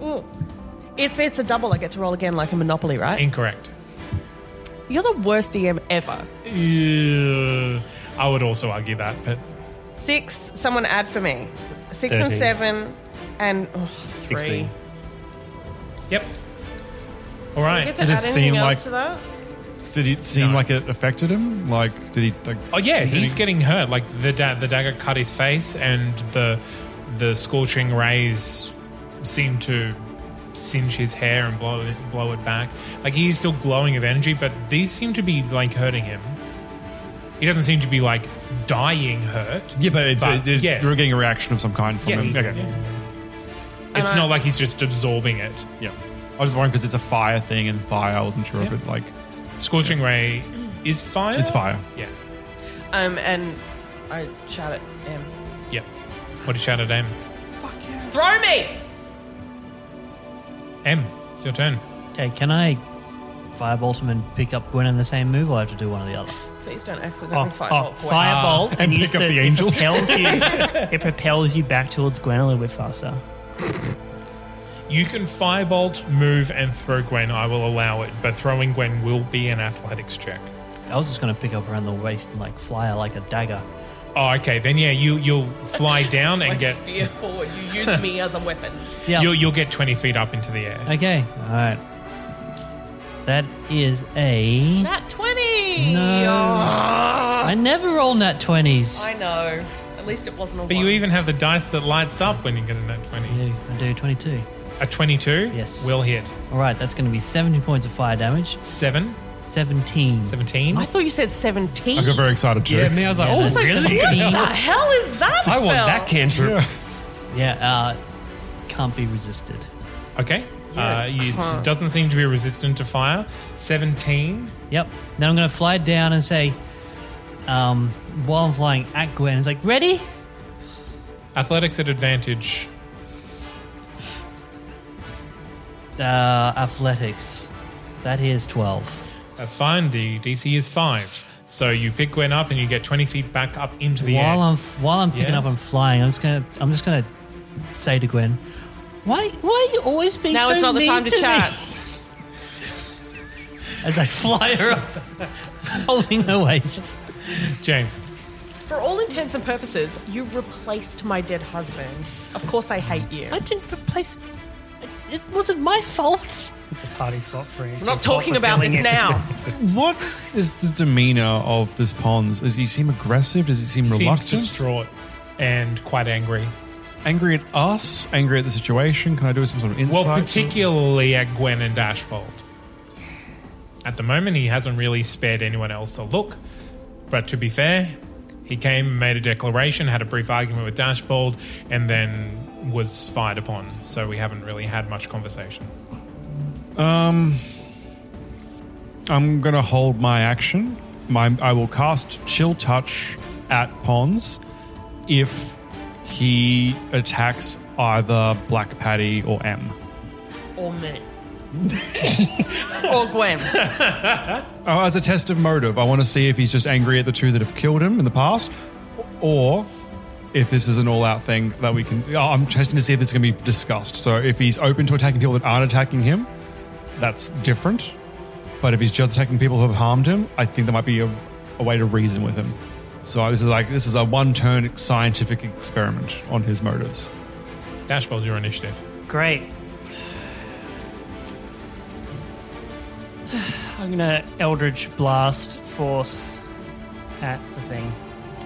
S7: Ooh. If it's a double, I get to roll again like a Monopoly, right?
S2: Incorrect.
S7: You're the worst DM ever.
S2: Ew. I would also argue that, but
S7: Six, someone add for me. Six and
S2: Thirteen.
S7: seven, and. Oh, three.
S2: sixteen. Yep. All
S7: Do we
S2: right.
S7: get to add anything else to that?
S1: Did it seem like it affected him? Like, did he? Like,
S2: Oh yeah, he's getting hurt. Like the da- the dagger cut his face, and the the scorching rays seem to singe his hair and blow it, blow it back. Like he's still glowing of energy, but these seem to be like hurting him. He doesn't seem to be like dying hurt.
S1: Yeah, but, it,
S2: But,
S1: it- it-
S2: yeah.
S1: you're getting a reaction of some kind from
S2: Yes.
S1: him. Okay.
S2: Yeah. It's
S1: And I-
S2: not like he's just absorbing it.
S1: Yeah. I was wondering because it's a fire thing, and fire. I wasn't sure
S2: Yeah.
S1: if it like
S2: scorching ray is fire.
S1: It's fire.
S2: Yeah.
S7: Um, and I shout at M.
S2: Yep. What did you shout at M?
S7: Throw me!
S2: M, it's your turn.
S8: Okay, can I firebolt him and pick up Gwen in the same move, or I have to do one or the other?
S7: Please don't accidentally
S3: Oh,
S7: firebolt.
S3: oh, firebolt and, use the, it propels you.
S7: yeah,
S3: it propels you back towards Gwen a little bit faster.
S2: You can firebolt, move, and throw Gwen. I will allow it, but throwing Gwen will be an athletics check.
S8: I was just going to pick up around the waist and like fly her like a dagger.
S2: Oh, okay. Then yeah, you you'll fly down and get
S7: spear forward. You use me as a weapon.
S2: you'll you'll get twenty feet up into the air.
S8: Okay, all right. That is a.
S7: Nat 20!
S8: No.
S7: Oh.
S8: I never roll nat 20s.
S7: I know. At least it wasn't a
S2: But
S7: one.
S2: you even have the dice that lights up when you get a nat twenty.
S8: I do 22.
S2: A twenty-two. Yes, will hit.
S8: All right, that's going to be 70 points of fire damage.
S2: Seven.
S8: 17.
S2: 17?
S7: I thought you said 17.
S1: I got very excited too.
S8: Yeah, me, Oh, I was like, Yeah, oh, that's really?
S7: What the
S8: 17.
S7: hell is that
S8: I
S7: spell?
S8: want that cantrip.
S1: Yeah.
S8: Yeah, uh, can't be resisted.
S2: Okay.
S8: Yeah.
S2: Uh, you-
S8: Huh.
S2: it doesn't seem to be resistant to fire. Seventeen.
S8: Yep. Then I'm going to fly down and say, um, while I'm flying at Gwen, it's like, ready?
S2: Athletics at advantage.
S8: Uh, athletics. That is 12.
S2: That's fine. The DC is five. So you pick Gwen up and you get twenty feet back up into the air.
S8: while I'm while I'm picking
S2: Yes.
S8: up and flying, I'm just gonna I'm just gonna say to Gwen, why why are you always being
S7: Now
S8: so
S7: it's not the
S8: mean
S7: time to
S8: me?"
S7: chat.
S8: As I fly her up, holding her waist.
S2: James,
S7: For all intents and purposes, you replaced my dead husband. Of course, I hate you.
S8: I didn't replace. It wasn't my fault.
S3: It's a party slot free.
S7: We're not talking about this now.
S1: what is the demeanor of this Pons? Does he seem aggressive? Does he seem
S2: He seems
S1: reluctant?
S2: distraught and quite angry.
S1: Angry at us? Angry at the situation? Can I do some sort of insight?
S2: Well, particularly at Gwen and Ashbold. At the moment, he hasn't really spared anyone else a look. But to be fair, he came, made a declaration, had a brief argument with Dashbold, and then was fired upon. So we haven't really had much conversation.
S1: Um, I'm gonna hold my action. My I will cast Chill Touch at Pons if he attacks either Black Patty or M.
S7: Or me. or Gwen.
S1: Oh, as a test of motive, I want to see if he's just angry at the two that have killed him in the past, or if this is an all-out thing that we can. Oh, I'm testing to see if this is going to be discussed. So, if he's open to attacking people that aren't attacking him, that's different. But if he's just attacking people who have harmed him, I think there might be a, a way to reason with him. So this is like this is a one-turn scientific experiment on his motives.
S2: Dashbold, your initiative.
S3: Great. I'm gonna Eldritch Blast Force at the thing.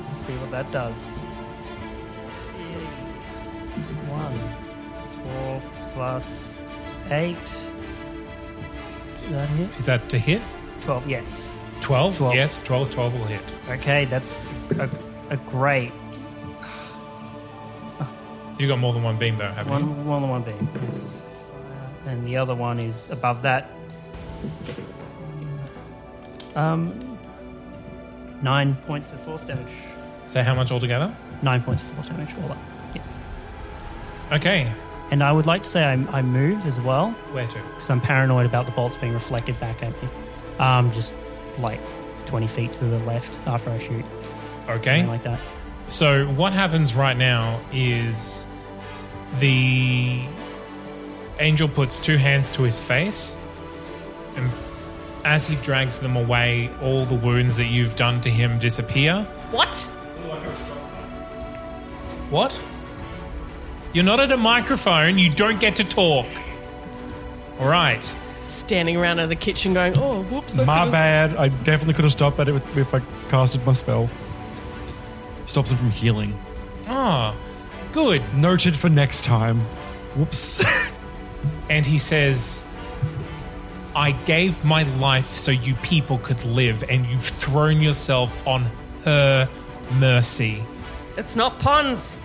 S3: Let's see what that does. One, four plus eight. Did that hit?
S2: Is that to hit?
S3: Twelve. Yes.
S2: 12? Yes, 12, 12 will hit.
S3: Okay, that's a, a great.
S2: You got more than one beam though, haven't you?
S3: One, one, one beam. Yes. And the other one is above that. Um, nine points of force damage.
S2: So how much altogether?
S3: Nine points of force damage all up. Yeah.
S2: Okay.
S3: And I would like to say I, I move as well.
S2: Where to?
S3: Because I'm paranoid about the bolts being reflected back at me. Um, just like 20 feet to the left after I shoot.
S2: Okay.
S3: Something like that.
S2: So what happens right now is the angel puts two hands to his face, and as he drags them away, all the wounds that you've done to him disappear.
S7: What?
S2: What? You're not at a microphone. You don't get to talk. All right.
S7: Standing around in the kitchen going, oh, whoops. I
S1: My
S7: could've-
S1: bad. I definitely could have stopped that if, if I casted my spell. Stops him from healing.
S2: Ah, good.
S1: Noted for next time. Whoops.
S2: and he says, I gave my life so you people could live, and you've thrown yourself on her mercy.
S7: It's not puns.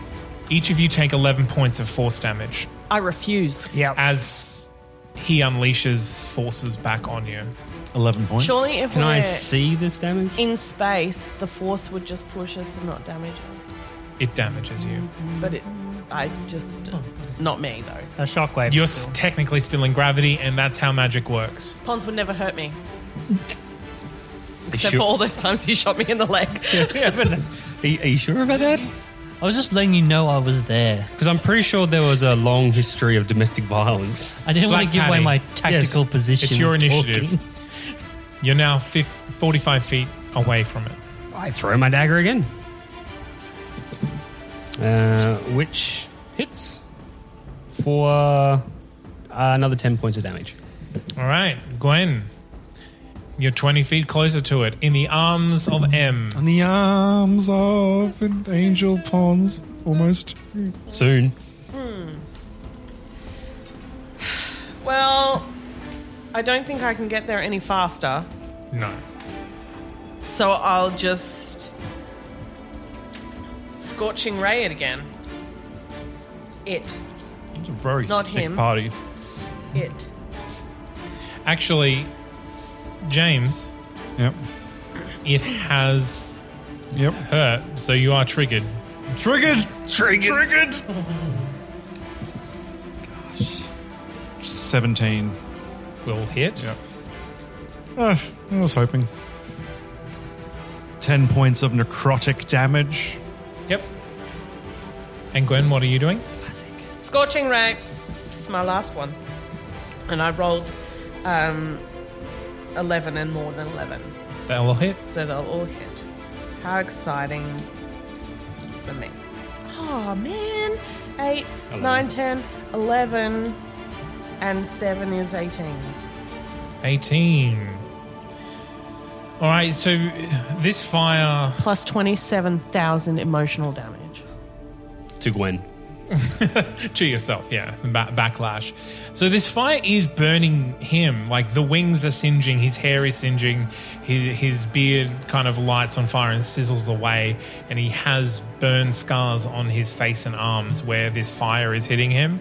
S2: Each of you take 11 points of force damage.
S7: I refuse.
S2: Yeah. As he unleashes forces back on you.
S1: 11
S2: points.
S7: Surely if we're
S9: this damage?
S7: in space, the force would just push us and not damage us.
S2: It damages you.
S7: But it, I just, not me though.
S3: A shockwave.
S2: You're s technically still in gravity, and that's how magic works.
S7: Pons would never hurt me. Except
S2: should-
S7: for all those times he shot me in the leg.
S9: Are you, are you sure about that? I was just letting you know I was there because I'm pretty sure there was a long history of domestic violence.
S8: I didn't want to give away my tactical position.
S2: It's your
S8: talking.
S2: initiative. You're now fif 45 feet away from it.
S9: I throw my dagger again, uh, which hits for uh, another ten points of damage.
S2: All right, Gwen. You're 20 feet closer to it in the arms of M.
S1: On the arms of an angel pawns. Almost.
S9: Soon.
S7: Well, I don't think I can get there any faster.
S2: No.
S7: So I'll just scorching ray it again. It,
S1: It's a very
S7: Not
S1: thick
S7: him.
S1: party.
S7: it.
S2: Actually, James,
S1: Yep.
S2: it has
S1: yep.
S2: hurt, so you are triggered.
S1: Triggered!
S2: Triggered! Triggered!
S1: 17.
S2: Will hit.
S1: Yep. Uh, I was hoping. 10 points of necrotic damage.
S2: Yep. And Gwen, what are you doing?
S7: Scorching ray. It's my last one, and I rolled um, eleven and more than eleven,
S2: That will hit.
S7: so they'll all hit. How exciting for me! Oh man, eight,
S2: Eleven.
S7: nine, ten, eleven, and seven is eighteen.
S2: 18. All right, so this fire.
S7: Plus twenty-seven thousand emotional damage.
S9: To Gwen.
S2: to yourself, yeah, the ba- backlash. So this fire is burning him. Like the wings are singeing, his hair is singeing, his, his beard kind of lights on fire and sizzles away, and he has burn scars on his face and arms where this fire is hitting him.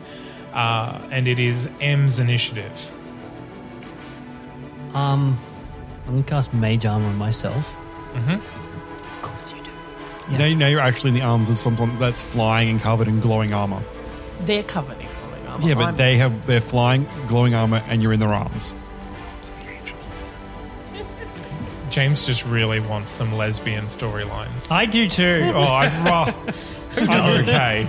S2: Uh, and it is M's initiative.
S8: Um, I'm gonna cast mage armor on myself.
S7: Of course you do.
S1: Now, now you're actually in the arms of someone that's flying and covered in glowing armor.
S7: They're covered in glowing armor.
S1: Yeah, but
S7: I'm-
S1: they have they're flying, glowing armor, and you're in their arms.
S2: James just really wants some lesbian storylines.
S3: I do too.
S1: Oh, I'd rather. I'm okay.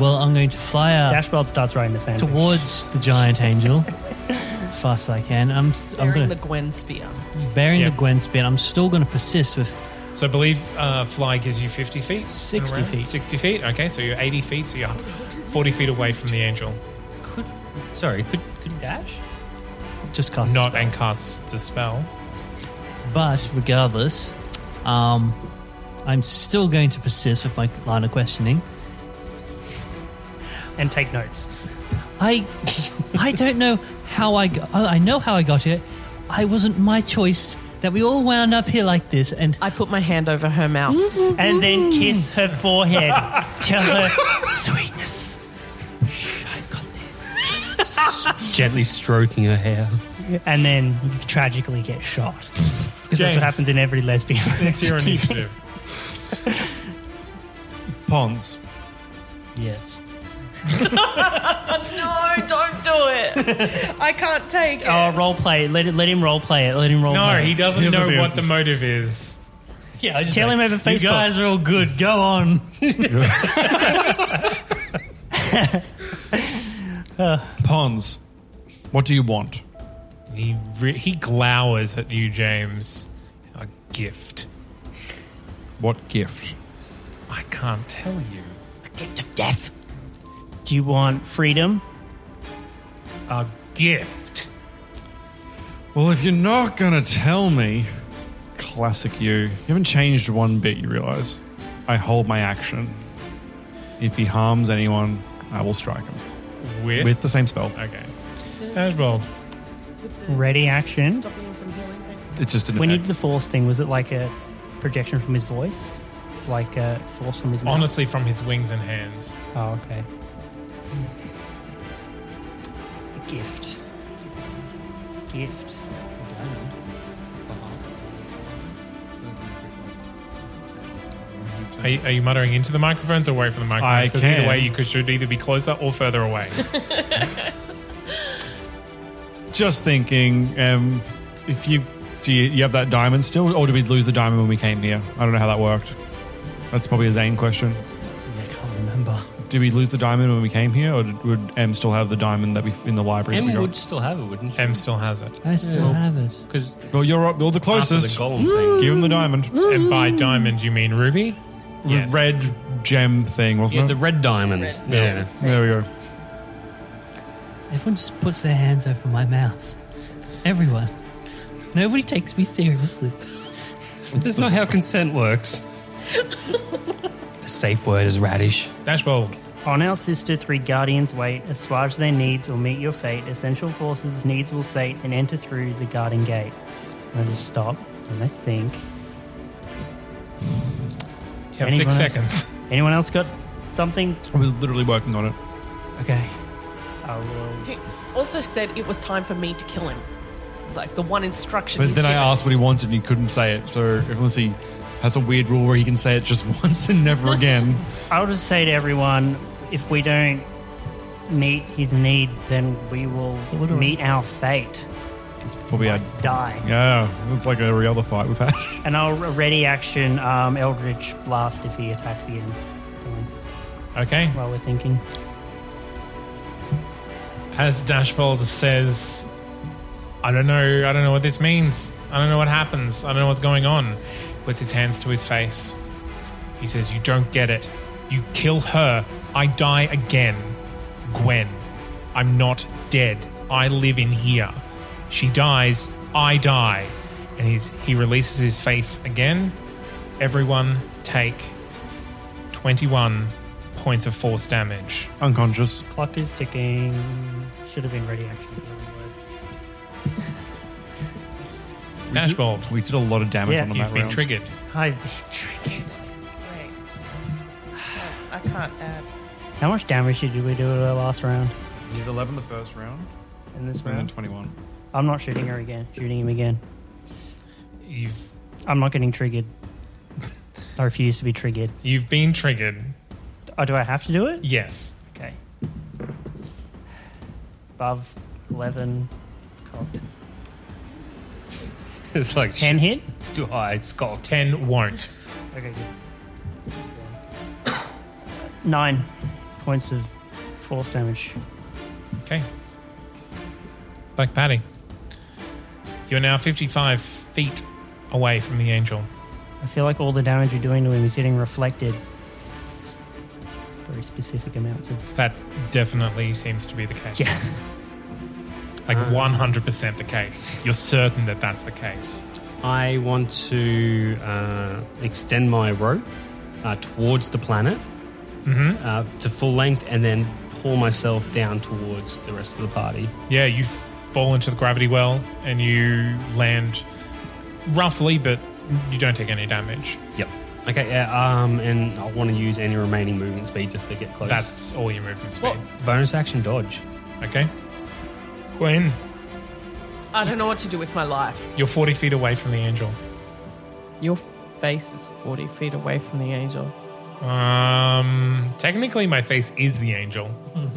S8: Well, I'm going to fly up
S3: Dashbolt starts riding the fan.
S8: towards the giant angel as fast as I can. I'm st- I'm
S7: Bearing
S8: gonna
S7: the Gwen spear.
S8: bearing
S2: Yeah.
S8: the Gwen spin. I'm still gonna persist with
S2: So I believe uh, fly gives you 50 feet.
S8: 60
S2: around?
S8: feet.
S2: 60 feet, okay, so you're 80 feet, so you're 40 feet away from the angel.
S8: could sorry could could dash just cast a
S2: Not and cast the spell.
S8: But regardless, um, I'm still going to persist with my line of questioning.
S3: And take notes.
S8: I, oh, I don't know how I got. I know how I got here. I wasn't my choice that we all wound up here like this, and
S7: I put my hand over her mouth
S3: and then kiss her forehead. Tell her
S8: sweetness.
S9: Gently stroking her hair.
S3: and then you tragically get shot. Because that's
S2: James.
S3: what happens in every lesbian.
S2: It's your
S3: TV.
S2: initiative. Pons.
S9: Yes.
S7: no, don't do it. I can't take it.
S3: Oh, role play. it. Let it, let him role play it. Let him role.
S2: No,
S3: play it.
S2: he doesn't know what the motive is.
S8: Yeah, I just
S3: Tell
S8: like,
S3: him over Facebook.
S8: You guys are all good. Go on.
S1: Pons, what do you want?
S2: He re- he glowers at you, James. A gift.
S1: What gift?
S2: I can't tell you.
S7: The gift of death.
S3: Do you want freedom?
S2: A gift.
S1: Well, if you're not going to tell me, classic you. You haven't changed one bit, you realize. I hold my action. If he harms anyone, I will strike him.
S2: With?
S1: With the same spell.
S2: Okay. As well.
S3: Ready action.
S1: It's just an
S3: When you
S1: effect.
S3: did the force thing, was it like a projection from his voice, like a force from his mouth?
S2: Honestly, from his wings and hands.
S3: Oh, okay. A gift. Gift.
S2: Are you, are you muttering into the microphones or away from the microphones?
S1: I
S2: Because either
S1: can.
S2: way, you could, should either be closer or further away.
S1: just thinking, um, if you do, you, you have that diamond still, or did we lose the diamond when we came here? I don't know how that worked. That's probably a Zane question.
S8: I can't remember.
S1: Did we lose the diamond when we came here, or did, would M still have the diamond that we in the library? that
S9: Em
S1: we got?
S9: would still have it, wouldn't she?
S2: M still has it.
S8: I still
S9: Yeah.
S8: have it.
S9: Because
S1: Well, you're up. You're the closest.
S9: the gold thing.
S1: Give him the diamond.
S2: And by diamond, you mean ruby? Yes.
S1: Red gem thing,
S9: Yeah,
S1: wasn't
S9: the
S1: it?
S9: red diamond.
S7: Red
S9: yeah.
S1: There we go.
S8: Everyone just puts their hands over my mouth. Everyone. Nobody takes me seriously.
S9: This is not how consent works. the safe word is radish.
S2: Dashbold.
S3: On our sister, three guardians wait, assuage their needs or meet your fate. Essential forces needs will sate, then enter through the garden gate. And I just stop and I think.
S2: You have six
S3: Anyone else-
S2: seconds.
S3: Anyone else got something?
S1: We're literally working on it.
S3: Okay. I will.
S7: He also said it was time for me to kill him. It's Like the one instruction.
S1: But
S7: he's
S1: then I
S7: given.
S1: asked what he wanted, and he couldn't say it. So unless he has a weird rule where he can say it just once and never again,
S3: I'll just say to everyone if we don't meet his need, then we will
S1: what do I-
S3: meet our fate.
S1: it's probably a
S3: Die.
S1: yeah. It's like every other fight we've had.
S3: And I'll ready action um, Eldritch Blast if he attacks again
S2: Okay.
S3: while we're thinking.
S2: As Dashbold says, I don't know, I don't know what this means. I don't know what happens. I don't know what's going on. Puts his hands to his face. He says, You don't get it. You kill her. I die again. Gwen, I'm not dead. I live in here. She dies. I die. And he's, he releases his face again. Everyone take 21 points of force damage.
S1: Unconscious.
S3: Clock is ticking. Should have been ready action.
S2: Dashbold.
S1: We did a lot of damage
S3: Yeah.
S1: on him
S2: You've
S1: that
S2: been
S1: round.
S2: triggered.
S3: I've been triggered.
S7: Wait. Oh, I can't add.
S3: How much damage did we do at our last round?
S1: You did 11 the first round,
S3: In this
S1: and then
S3: round?
S1: 21.
S3: I'm not shooting her again. Shooting him again.
S2: You've
S3: I'm not getting triggered. I refuse to be triggered.
S2: You've been triggered.
S3: Oh, do I have to do it?
S2: Yes.
S3: Okay. Above 11. It's cocked.
S9: It's like
S3: 10 hit?
S9: It's too high. It's got
S2: 10 won't.
S3: Okay, good. Nine points of force damage.
S2: Okay. Black Patty. You're now 55 feet away from the angel.
S3: I feel like all the damage you're doing to him is getting reflected. It's very specific amounts of.
S2: That definitely seems to be the case.
S3: Yeah.
S2: Like 100% the case. You're certain that that's the case.
S9: I want to uh, extend my rope uh, towards the planet
S3: Mm-hmm.
S9: uh, to full length and then pull myself down towards the rest of the party.
S2: Yeah, you fall into the gravity well and you land roughly, but you don't take any damage.
S9: Yep. Okay, yeah, um, and I want to use any remaining movement speed just to get close.
S2: That's all your movement speed.
S9: Bonus action dodge.
S2: Okay. Gwen,
S7: I don't know what to do with my life.
S2: you're 40 feet away from the angel.
S7: Your face is 40 feet away from the angel.
S2: Um, technically, my face is the angel.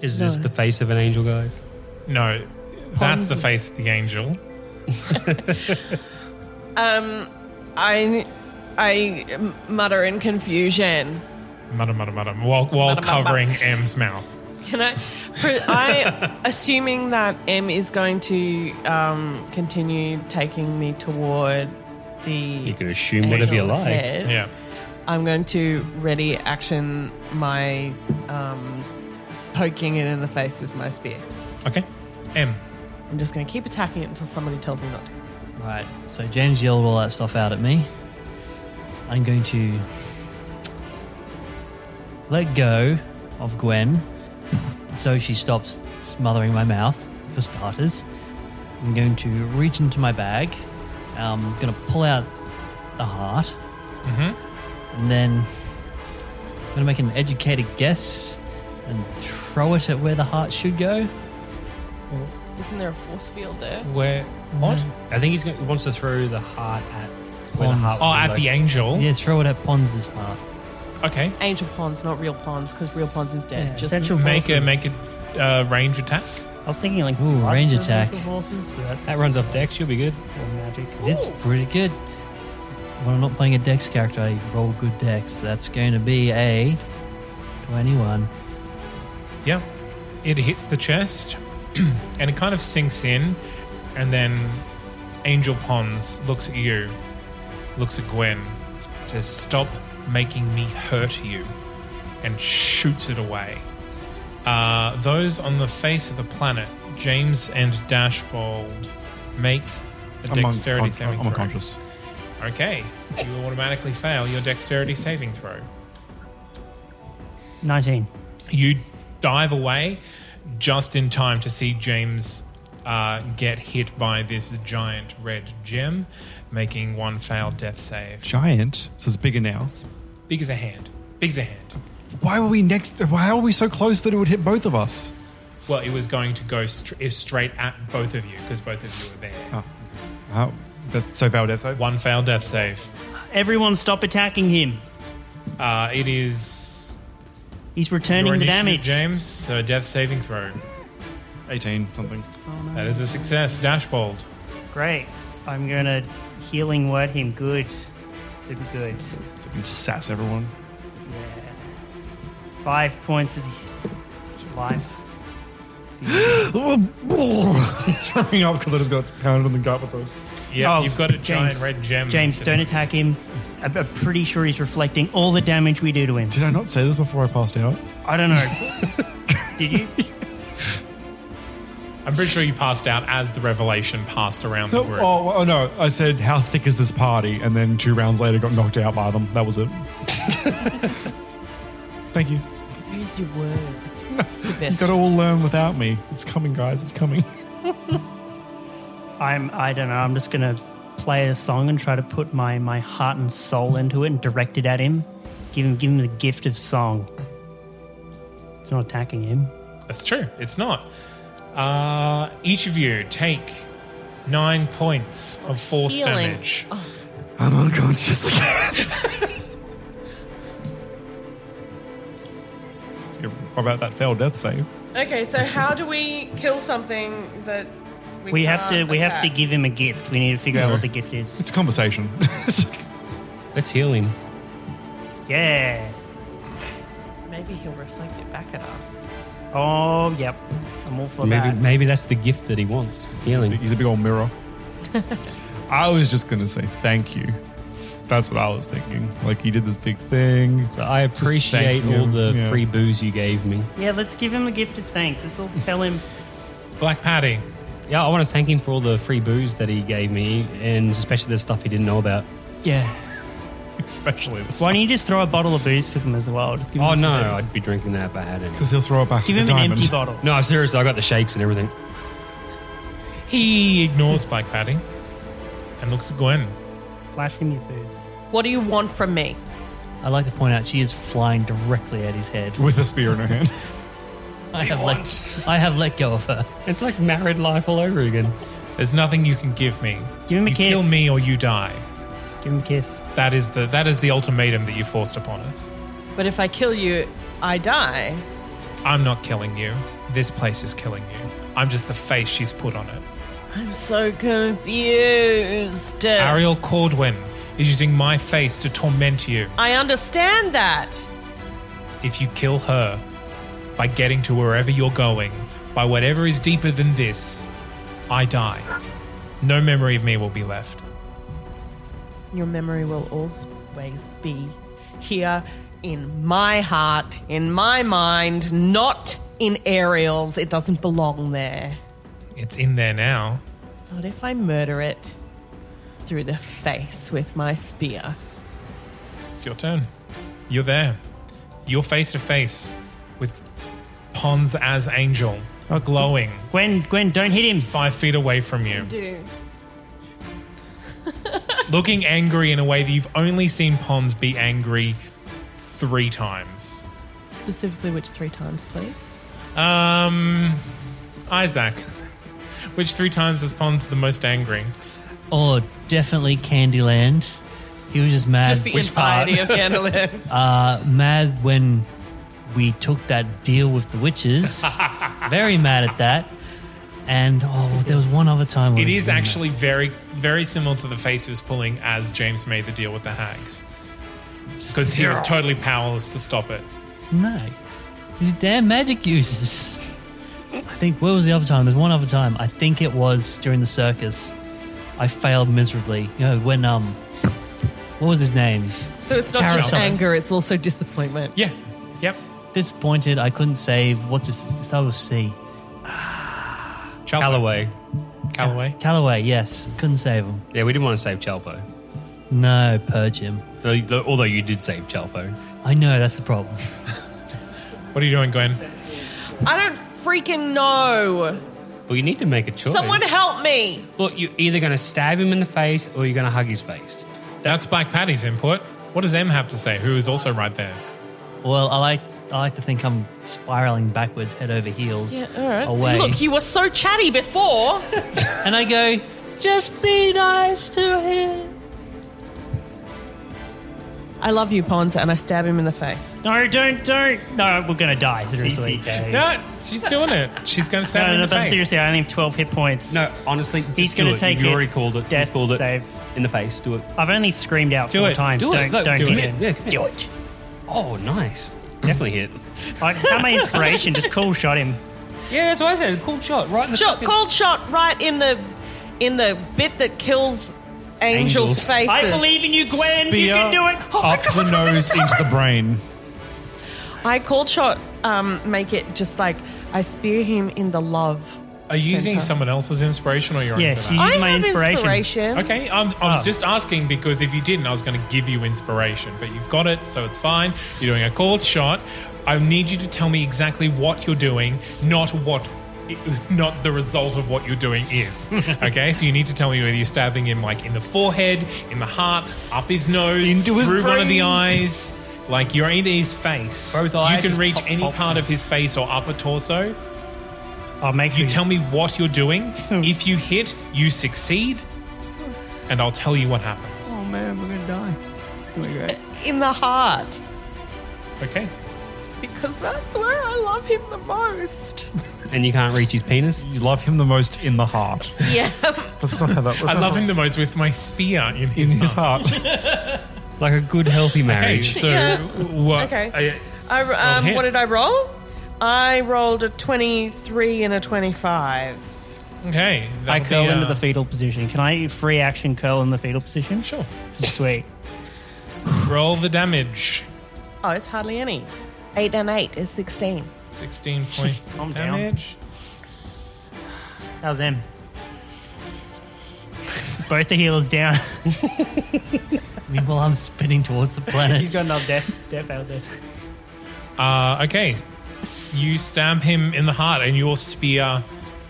S9: Is this
S2: No.
S9: the face of an angel, guys?
S2: No, that's
S7: Ponzi.
S2: the face of the angel.
S7: Um, I, I mutter in confusion.
S2: Mutter, mutter, mutter. While, while
S7: Mutter, mutter,
S2: covering M's mouth.
S7: Can I? For, I assuming that M is going to um, continue taking me toward the. You
S9: can assume whatever you like.
S2: Yeah.
S7: I'm going to ready action my um, poking it in the face with my spear.
S2: Okay. M.
S7: I'm just going to keep attacking it until somebody tells me not to.
S8: Right. So James yelled all that stuff out at me. I'm going to let go of Gwen, so she stops smothering my mouth. For starters, I'm going to reach into my bag. I'm going to pull out the heart,
S2: Mhm.
S9: Mm-hmm.
S8: and then I'm going to make an educated guess and throw it at where the heart should go.
S7: Isn't there a force field there?
S2: Where? What?
S9: I think he's going, he wants to throw the heart at where the
S8: Pons.
S9: heart
S2: Oh,
S9: would be,
S2: at
S9: like-
S2: the angel.
S8: Yeah, throw it at Pons's heart.
S2: Okay.
S7: Angel pawns, not real pawns, because real pawns is dead. just
S2: make a make a uh, range attack.
S3: I was thinking like
S8: Ooh, range
S3: lightning
S8: attack.
S3: for horses, so that's
S9: That runs off dex, you'll be good.
S3: or magic.
S8: That's pretty good. When I'm not playing a dex character, I roll good dex. That's going to be a 21.
S2: Yeah. It hits the chest and it kind of sinks in. And then Angel Pons looks at you, looks at Gwen, says, Stop making me hurt you, and shoots it away. Uh, those on the face of the planet, James and Dashbold, make a
S1: I'm
S2: dexterity
S1: uncon-
S2: saving
S1: I'm
S2: throw.
S1: unconscious.
S2: Okay. You automatically fail your dexterity saving throw.
S3: 19.
S2: You dive away just in time to see James uh, get hit by this giant red gem, making one failed death save.
S1: Giant, so it's bigger now.
S2: Big as a hand. Big as a hand.
S1: Why were we next? Why were we so close that it would hit both of us?
S2: Well, it was going to go str- eh, straight at both of you because both of you were there.
S1: Oh, oh that's so bad. That's
S2: One failed death save.
S3: Everyone stop attacking him.
S2: Uh, it is
S3: He's
S2: your
S3: returning the
S2: initiative,
S3: damage.
S2: James. So death saving throw.
S1: 18 something.
S2: That is a success. Dashbold.
S3: Great. I'm going to healing word him good. Super good.
S1: So we can sass everyone.
S3: Five points of life.
S1: Showing up because I just got pounded on the gut with those.
S2: Yeah,
S3: Oh,
S2: you've got a giant
S3: James.
S2: red gem.
S3: James, don't attack him. I'm I'm pretty sure he's reflecting all the damage we do to him.
S1: Did I not say this before I passed out?
S3: I don't know. Did you?
S2: I'm pretty sure you passed out as the revelation passed around the
S1: No,
S2: group.
S1: oh, oh no! I said, "How thick is this party?" And then two rounds later, got knocked out by them. That was it. Thank you.
S7: Use your words. It's the
S1: You
S7: best.
S1: got to all learn without me. It's coming, guys. It's coming.
S3: I'm. I don't know. I'm just gonna play a song and try to put my my heart and soul into it and direct it at him. Give him give him the gift of song. It's not attacking him.
S2: That's true. It's not. Uh, each of you take nine points of force
S7: Healing.
S2: damage.
S1: I'm unconscious. So, about that failed death save.
S7: Okay, so how do we kill something that we,
S3: We, have to
S7: can't
S3: we have to
S7: attack?
S3: give him a gift. We need to figure out
S1: No.
S3: what the gift is.
S1: It's a conversation.
S9: Let's heal him.
S3: Yeah.
S7: Maybe he'll reflect it back at us.
S3: Oh yep. I'm all for
S9: Maybe,
S3: that.
S9: maybe that's the gift that he wants. Healing.
S1: He's a big old mirror. I was just gonna say thank you. That's what I was thinking. Like you did this big thing.
S9: So I
S1: thank
S9: appreciate all
S1: him,
S9: the
S1: yeah.
S9: free booze you gave me.
S3: Yeah, let's give him a gift of thanks. Let's all tell him
S2: Black Patty.
S9: Yeah, I want to thank him for all the free booze that he gave me, and especially the stuff he didn't know about.
S3: Yeah.
S1: Especially this.
S3: Why don't you just throw a bottle of booze to him as well? Just give him
S9: Oh
S3: some
S9: no,
S3: of this.
S9: I'd be drinking that if I had any.
S1: Because he'll throw it back.
S3: give
S1: at
S3: him
S1: the
S3: an
S1: diamond.
S3: empty bottle.
S9: No, seriously, I got the shakes and everything.
S2: He ignores Black Patty. and looks at Gwen.
S3: Flash him your boobs.
S7: What do you want from me?
S8: I'd like to point out she is flying directly at his head
S1: with a spear in her hand.
S8: I have let I have let go of her.
S9: It's like married life all over again.
S2: There's nothing you can give me.
S3: Give him a
S2: you
S3: kiss.
S2: Kill me or you die.
S3: Give him a kiss.
S2: That is the that is the ultimatum that you forced upon us.
S7: But if I kill you, I die.
S2: I'm not killing you. This place is killing you. I'm just the face she's put on it.
S7: I'm so confused.
S2: Ariel Cordwin is using my face to torment you.
S7: I understand that.
S2: If you kill her by getting to wherever you're going, by whatever is deeper than this, I die. No memory of me will be left.
S7: Your memory will always be here in my heart, in my mind, not in Ariel's. It doesn't belong there.
S2: It's in there now.
S7: Not if I murder it through the face with my spear.
S2: It's your turn. You're there. You're face to face with Pons as Angel, glowing.
S3: Gwen, Gwen, don't hit him.
S2: Five feet away from you.
S7: Do.
S2: looking angry in a way that you've only seen Pons be angry three times.
S7: Specifically, which three times, please?
S2: Um, Isaac, which three times was Pons the most angry?
S8: Or Oh, definitely Candyland. He was just mad.
S7: Just the
S8: Which part?
S7: entirety of Candyland.
S8: uh, mad when we took that deal with the witches. Very mad at that. And oh, there was one other time. when
S2: It
S8: we
S2: is
S8: were doing
S2: actually very, very similar to the face he was pulling as James made the deal with the hags. Because he was totally powerless to stop it.
S8: that. Nice. These damn magic uses. I think where was the other time? There's one other time. I think it was during the circus. I failed miserably. You know when um, what was his name?
S7: So it's not just
S8: Carousel.
S7: anger, it's also disappointment.
S2: Yeah. Yep.
S8: Disappointed. I couldn't save. What's his it start with C?
S9: Callaway.
S2: Ah, Callaway.
S8: Callaway. Yes, couldn't save him.
S9: Yeah, we didn't want to save Chalfo.
S8: No, purge him.
S9: Although although you did save Chalfo.
S8: I know that's the problem.
S2: What are you doing, Gwen?
S7: I don't freaking know.
S9: Well, you need to make a choice.
S7: Someone help me.
S9: Look, you're either going to stab him in the face or you're going to hug his face.
S2: That's Black Patty's input. What does M have to say, who is also right there?
S8: Well, I like I like to think I'm spiraling backwards, head over heels, away.
S7: Look, you were so chatty before.
S8: and I go, just be nice to him.
S7: I love you, Pons, and I stab him in the face.
S3: No, don't, don't. No, we're gonna die. Seriously.
S2: No, she's doing it. She's going to stab
S3: no,
S2: him in
S3: no,
S2: the
S3: but
S2: face.
S3: seriously, I only have twelve hit points.
S9: No, honestly,
S3: He's
S9: just
S3: gonna
S9: do it.
S3: take
S9: You
S3: it.
S9: already called it.
S3: Death
S9: You've called it.
S3: save.
S9: In the face. Do it.
S3: I've only screamed out
S9: Do
S3: four
S9: it.
S3: times.
S9: Do it.
S3: not
S9: Look,
S3: don't
S9: do
S3: hit
S9: it.
S3: him.
S9: Yeah, come
S3: do it.
S9: Oh, nice. Definitely hit.
S3: I had my inspiration. Just cool shot him.
S9: Yeah, that's what I said. Cool shot. Right in the
S7: Shot,
S9: fucking-
S7: cold shot right in the in the bit that kills angels'
S9: Angels.
S7: faces.
S3: I believe in you, Gwen. you can do it. Oh my
S1: Up the nose into the brain.
S7: I cold shot. Um, make it just like I spear him in the love.
S2: Are you using
S7: Center.
S2: someone else's inspiration or your own?
S3: Yeah,
S2: for that?
S3: she used
S7: I
S3: my
S7: have
S3: inspiration.
S7: inspiration.
S2: Okay, I'm, I was
S3: Oh.
S2: just asking because if you didn't, I was going to give you inspiration, but you've got it, so it's fine. You're doing a cold shot. I need you to tell me exactly what you're doing, not what, not the result of what you're doing is. okay, so you need to tell me whether you're stabbing him like in the forehead, in the heart, up his nose,
S1: Into his
S2: through one of the
S1: brains.
S2: eyes. Like you're into his face.
S8: Both
S2: you
S8: eyes
S2: can
S8: just
S2: reach
S8: pop-
S2: any
S8: pop.
S2: part of his face or upper torso.
S3: I'll make
S2: You tell me what you're doing.
S3: Oh.
S2: if you hit, you succeed, and I'll tell you what happens.
S9: Oh, man, we're going to die. It's going to be great.
S7: In the heart.
S2: Okay.
S7: Because that's where I love him the most.
S9: And you can't reach his penis?
S1: You love him the most in the heart.
S7: Yeah.
S1: That's not how that
S2: I love him the most with my spear in his,
S1: in his
S2: heart.
S1: heart.
S9: Like a good, healthy
S2: Okay,
S9: marriage.
S2: so
S7: Yeah.
S2: what?
S7: Okay.
S2: I-
S7: I, um,
S2: hit.
S7: what did I roll? I rolled a 23 and a 25.
S2: okay.
S3: I
S2: that'll
S3: curl
S2: be,
S3: into
S2: uh,
S3: the fetal position. Can I free action curl in the fetal position?
S2: Sure.
S3: Sweet.
S2: Roll the damage.
S7: Oh, it's hardly any. 8 and 8 is 16.
S2: 16 points
S3: Calm
S2: of
S3: down.
S2: damage.
S3: How's them? Both the healers down.
S8: Meanwhile, I'm spinning towards the
S3: He's
S8: planet.
S3: got another death. Death out there.
S2: Uh, okay. You stab him in the heart, and your spear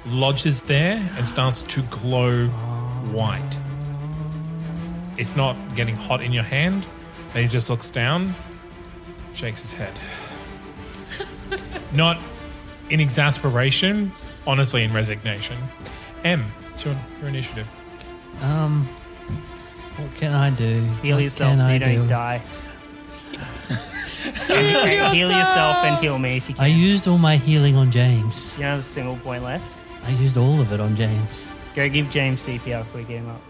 S2: lodges there and starts to glow white. it's not getting hot in your hand. And he just looks down, shakes his head. not in exasperation, honestly, in resignation. M, it's your, your initiative.
S8: Um, what can I do?
S3: Heal
S8: What
S3: yourself
S8: can
S3: so
S8: I
S3: you don't
S8: do?
S3: die. And heal yourself and heal me if you can.
S8: I used all my healing on James.
S3: You don't have a single point left.
S8: I used all of it on James.
S3: Go give James CPR before we get him up.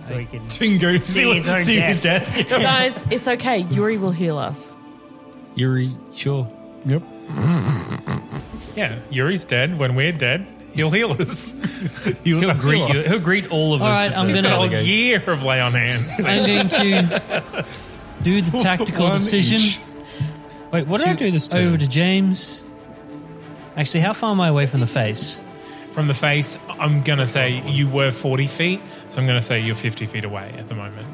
S3: So he can.
S2: Bingo.
S3: See his own death.
S7: Guys, it's okay. Yuri will heal us.
S9: Yuri, sure.
S1: Yep.
S2: Yeah, Yuri's dead. When we're dead, he'll heal us. he'll,
S9: greet you- he'll greet all of All us right, at I'm
S2: He's
S9: gonna-
S2: got a whole year of lay on hands.
S8: I'm going to do the tactical
S2: One
S8: decision.
S2: each.
S8: Wait, what
S2: did I do this turn?
S8: Over to James. Actually, how far am I away from the face?
S2: From the face, I'm going to say you were 40 feet, so I'm going to say you're 50 feet away at the moment.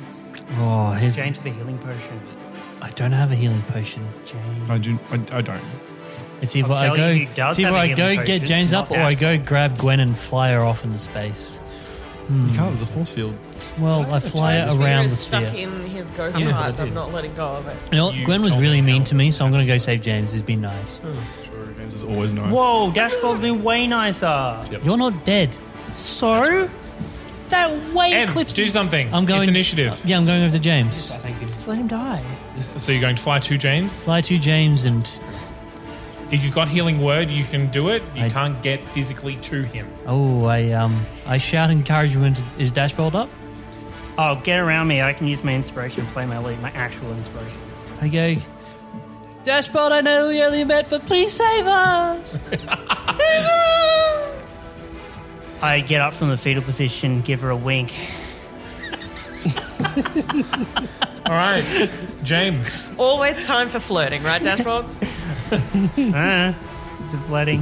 S8: Oh, his,
S3: Change the healing potion.
S8: I don't have a healing potion.
S3: James.
S1: I do. I, I don't.
S8: It's either
S3: I'll
S8: I
S3: tell
S8: go,
S3: you, he does
S8: it's either
S3: have a
S8: I
S3: healing
S8: go get
S3: potion,
S8: James
S3: not
S8: up, or I
S3: Ash.
S8: go grab Gwen and fly her off into space.
S1: You
S8: Hmm.
S1: can't. There's a force field.
S8: Well, I fly
S7: Ty's
S8: her
S7: sphere
S8: around
S7: is
S8: the sphere.
S7: stuck in his ghost
S8: Yeah.
S7: heart. I'm not letting go of it.
S8: You know, what? Gwen was really mean to me, so I'm going to go save James. He's been nice.
S9: Oh,
S1: James is always nice.
S3: Whoa, Dashball's Oh, been way nicer.
S8: You're not dead.
S3: So? That way
S2: Em,
S3: clips.
S2: do something.
S8: I'm going.
S2: It's initiative.
S8: Yeah, I'm going over to James.
S3: Just let him die.
S2: So you're going to fly to James.
S8: Fly to James and
S2: If you've got healing word, you can do it. You
S8: I-
S2: can't get physically to him.
S8: oh, I um, I shout encouragement. Is Dashbold up?
S3: Oh, get around me. I can use my inspiration to play my lead, my actual inspiration.
S8: I go. Dashbold, I know we only met, but please save us.
S3: I get up from the fetal position, give her a wink.
S2: All right, James.
S7: Always time for flirting, right, Dashboard?
S3: ah, is it flooding?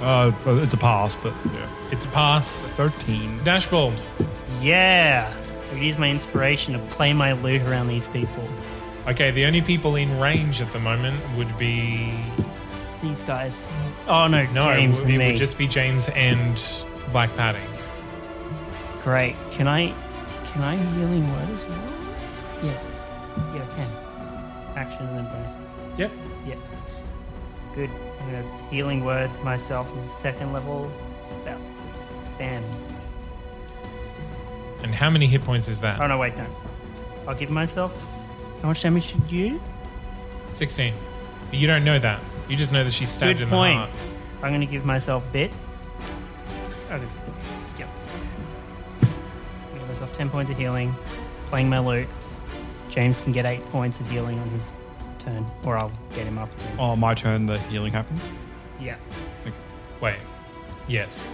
S1: Uh, well, it's a pass, but yeah.
S2: It's a pass.
S1: 13.
S2: Dashbold.
S3: Yeah. I could use my inspiration to play my loot around these people.
S2: Okay, the only people in range at the moment would be
S3: These guys. Oh no,
S2: no.
S3: James
S2: it
S3: and me.
S2: would just be James and Black Padding.
S3: Great. Can I can I healing word as well? Yes. Yeah, I can. Action and then bonus.
S2: Yep.
S3: Yeah. Good. I'm gonna healing word myself as a second level spell. Bam.
S2: And how many hit points is
S3: Oh
S2: that?
S3: no, wait, no. I'll give myself. How much damage did you?
S2: Sixteen. But you don't know that. You just know that she's stabbed
S3: Good
S2: in
S3: point.
S2: the heart.
S3: I'm gonna give myself a bit. Okay. Yep. Give myself ten points of healing. Playing my loot. James can get eight points of healing on his turn, or I'll get him up. again.
S1: On Oh, my turn, the healing happens.
S2: Oh.
S3: Yeah.
S2: Wait. Yes.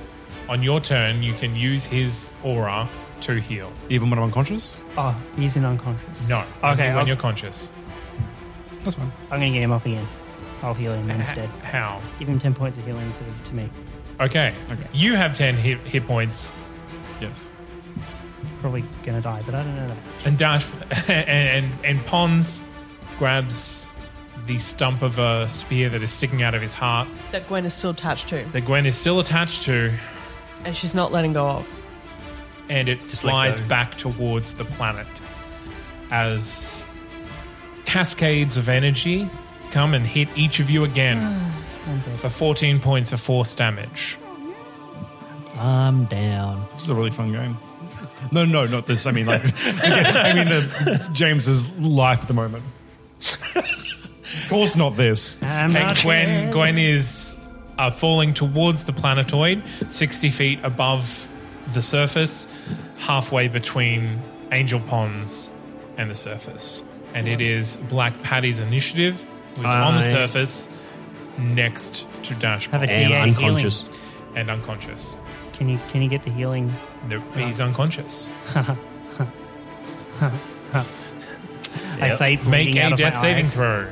S2: On your turn, you can use his aura to heal.
S1: Even when I'm unconscious?
S3: Oh, he's in unconscious.
S2: No. only
S3: Okay.
S2: When
S3: I'll,
S2: you're conscious.
S1: That's fine.
S3: I'm gonna get him up again. I'll heal him
S2: H-
S3: instead.
S2: How?
S3: Give him ten points of healing instead of to me.
S2: Okay.
S1: Okay.
S2: You have ten hit, hit points,
S1: Yes.
S3: Probably gonna die, but I don't know that.
S2: and Dash and and, and Pons grabs the stump of a spear that is sticking out of his heart
S7: that Gwen is still attached to,
S2: that Gwen is still attached to,
S7: and she's not letting go of.
S2: and it
S9: let
S2: flies
S9: go.
S2: back towards the planet as cascades of energy come and hit each of you again for 14 points of force damage.
S8: I'm down.
S1: This is a really fun game. No, no, not this. I mean, like, I mean, the, James's life at the moment. of course, not this.
S3: I'm
S2: And
S3: not
S2: Gwen,
S3: dead.
S2: Gwen is uh, falling towards the planetoid, 60 feet above the surface, halfway between Angel Ponds and the surface. And it is Black Patty's initiative, who's on the
S9: I-
S2: surface next to
S3: Have a
S2: Dashboard
S9: And
S3: D8
S9: unconscious.
S3: Healing.
S2: and unconscious.
S3: Can you can you get the healing?
S2: No, He's unconscious.
S3: I
S9: Yep.
S3: say
S2: Make
S3: bleeding out
S2: a
S3: of my
S2: death saving
S3: eyes.
S2: throw.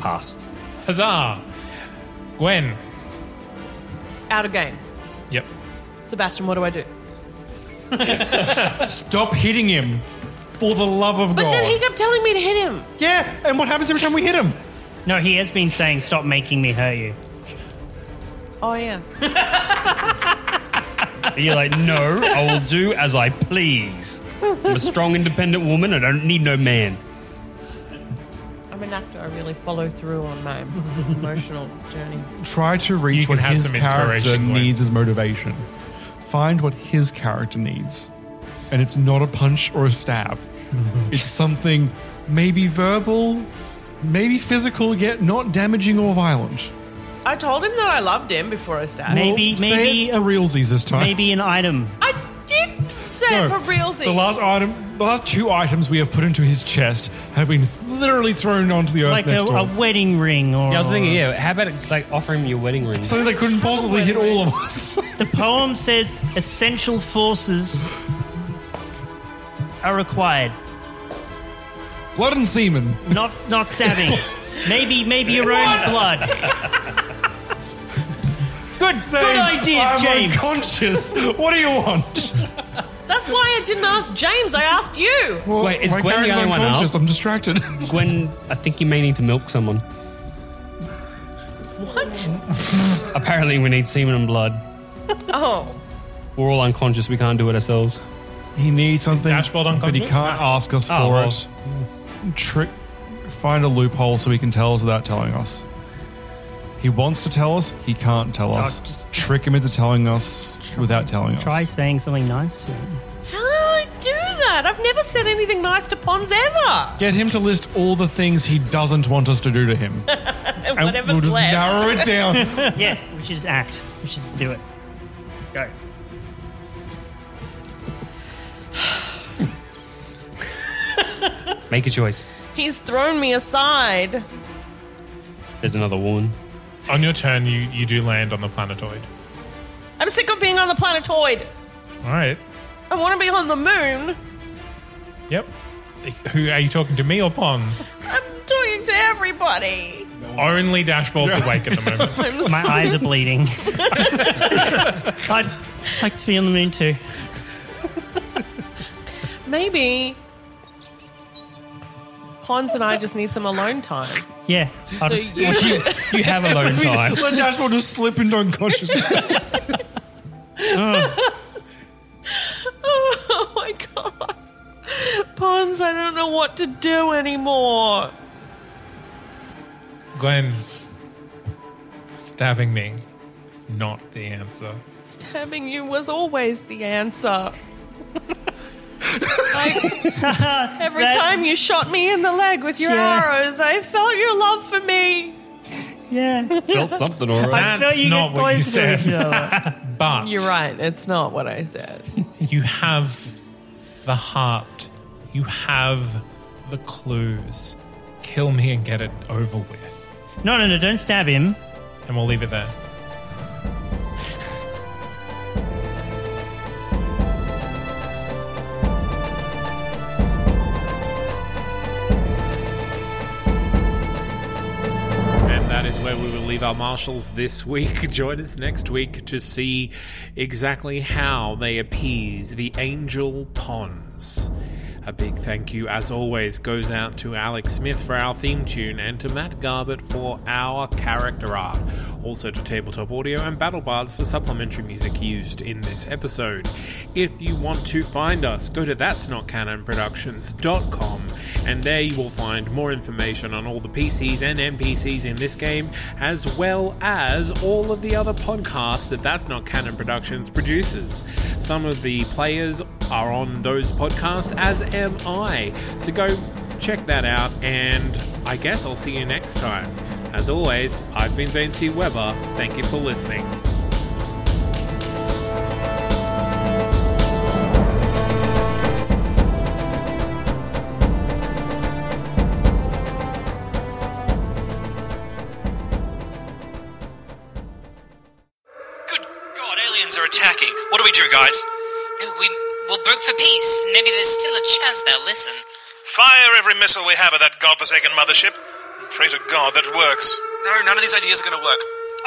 S9: Passed.
S2: Huzzah! Gwen.
S7: Out of game.
S2: Yep.
S7: Sebastian, what do I do?
S1: Stop hitting him, for the love of
S7: But
S1: God.
S7: then he kept telling me to hit him.
S1: yeah, and what happens every time we hit him?
S3: No, he has been saying, "Stop making me hurt you."
S7: Oh yeah.
S10: And you're like, no, I will do as I please. I'm a strong, independent woman. I don't need no man.
S7: I'm an actor. I really follow through on my emotional journey.
S1: Try to reach
S11: You can
S1: what
S11: have
S1: his
S11: some
S1: character
S11: inspiration, Glenn.
S1: needs as motivation. Find what his character needs. And it's not a punch or a stab. it's something maybe verbal, maybe physical, yet not damaging or violent.
S7: I told him that I loved him before I stabbed
S1: Well, say it a realsies this time.
S3: Maybe an item.
S7: I did say
S1: No,
S7: it for realsies.
S1: The last item, the last two items we have put into his chest have been literally thrown onto the earth
S3: Like
S1: next
S3: a,
S1: to
S3: a
S1: us.
S3: wedding ring or.
S10: Yeah, I was thinking, yeah, how about like offer him your wedding ring?
S1: Something that couldn't possibly hit all of us.
S3: The poem says essential forces are required.
S1: Blood and semen.
S3: Not not stabbing. maybe maybe your own blood. good good ideas,
S1: I'm
S3: James.
S1: unconscious. What do you want?
S7: That's why I didn't ask James. I asked you.
S10: Wait, is
S1: my
S10: Gwen the
S1: character's
S10: only one up?
S1: unconscious, I'm distracted.
S10: Gwen, I think you may need to milk someone.
S7: What?
S10: Apparently, we need semen and blood.
S7: Oh.
S10: We're all unconscious. We can't do it ourselves.
S1: He needs something,
S11: Dashboard
S1: but he
S11: unconscious?
S1: can't ask us for
S10: Oh, well.
S1: it. Trick, find a loophole so he can tell us without telling us. He wants to tell us, he can't tell us.
S3: Doc, just-
S1: Trick him into telling us without telling us.
S3: Try saying something nice to him.
S7: How do I do that? I've never said anything nice to Pons ever.
S1: Get him to list all the things he doesn't want us to do to him. And
S7: Whatever's
S1: we'll just
S7: left.
S1: narrow it down.
S3: yeah, we should just act. We should just do it. Go.
S10: Make a choice.
S7: He's thrown me aside.
S10: There's another woman.
S11: On your turn, you, you do land on the planetoid.
S7: I'm sick of being on the planetoid.
S11: All right.
S7: I want to be on the moon.
S11: Yep. Who are you talking to? Me or Pons?
S7: I'm talking to everybody.
S11: Only Dashboard's awake at the moment.
S3: My eyes are bleeding. I'd like to be on the moon too.
S7: Maybe Pons and I just need some alone time.
S3: Yeah. I'll
S7: So
S3: just-
S7: you-
S10: You, you have alone time.
S1: Let Dashboard just slip into unconsciousness.
S7: Oh my god. Pons, I don't know what to do anymore.
S11: Glenn, stabbing me is not the answer.
S7: Stabbing you was always the answer. I, every
S3: That-
S7: time you shot me in the leg with your
S3: Yeah.
S7: arrows, I felt your love for me.
S3: yeah.
S10: Felt something all right.
S3: I felt
S11: That's
S3: you
S11: not
S3: get
S11: what you
S3: close to
S11: said.
S3: each other.
S11: But
S7: You're right, it's not what I said.
S11: you have the heart, you have the clues. Kill me and get it over with.
S3: No, no, no! Don't stab him.
S11: And we'll leave it there.
S2: And that is where we will leave our marshals this week. Join us next week to see exactly how they appease the angel pons. A big thank you, as always, goes out to Alex Smith for our theme tune and to Matt Garbutt for our character art. Also to Tabletop Audio and Battle Bards for supplementary music used in this episode. If you want to find us, go to that's not canon productions.com and there you will find more information on all the PCs and NPCs in this game, as well as all of the other podcasts that That's Not Canon Productions produces. Some of the players are on those podcasts, as am I. So go check that out, and I guess I'll see you next time. As always, I've been Zane C. Weber. Thank you for listening.
S12: Good God, aliens are attacking. What do we do, guys?
S13: No, we will work for peace. Maybe there's still a chance they'll listen.
S14: Fire every missile we have at that godforsaken mothership, and pray to God that it works.
S12: No, none of these ideas are going to work.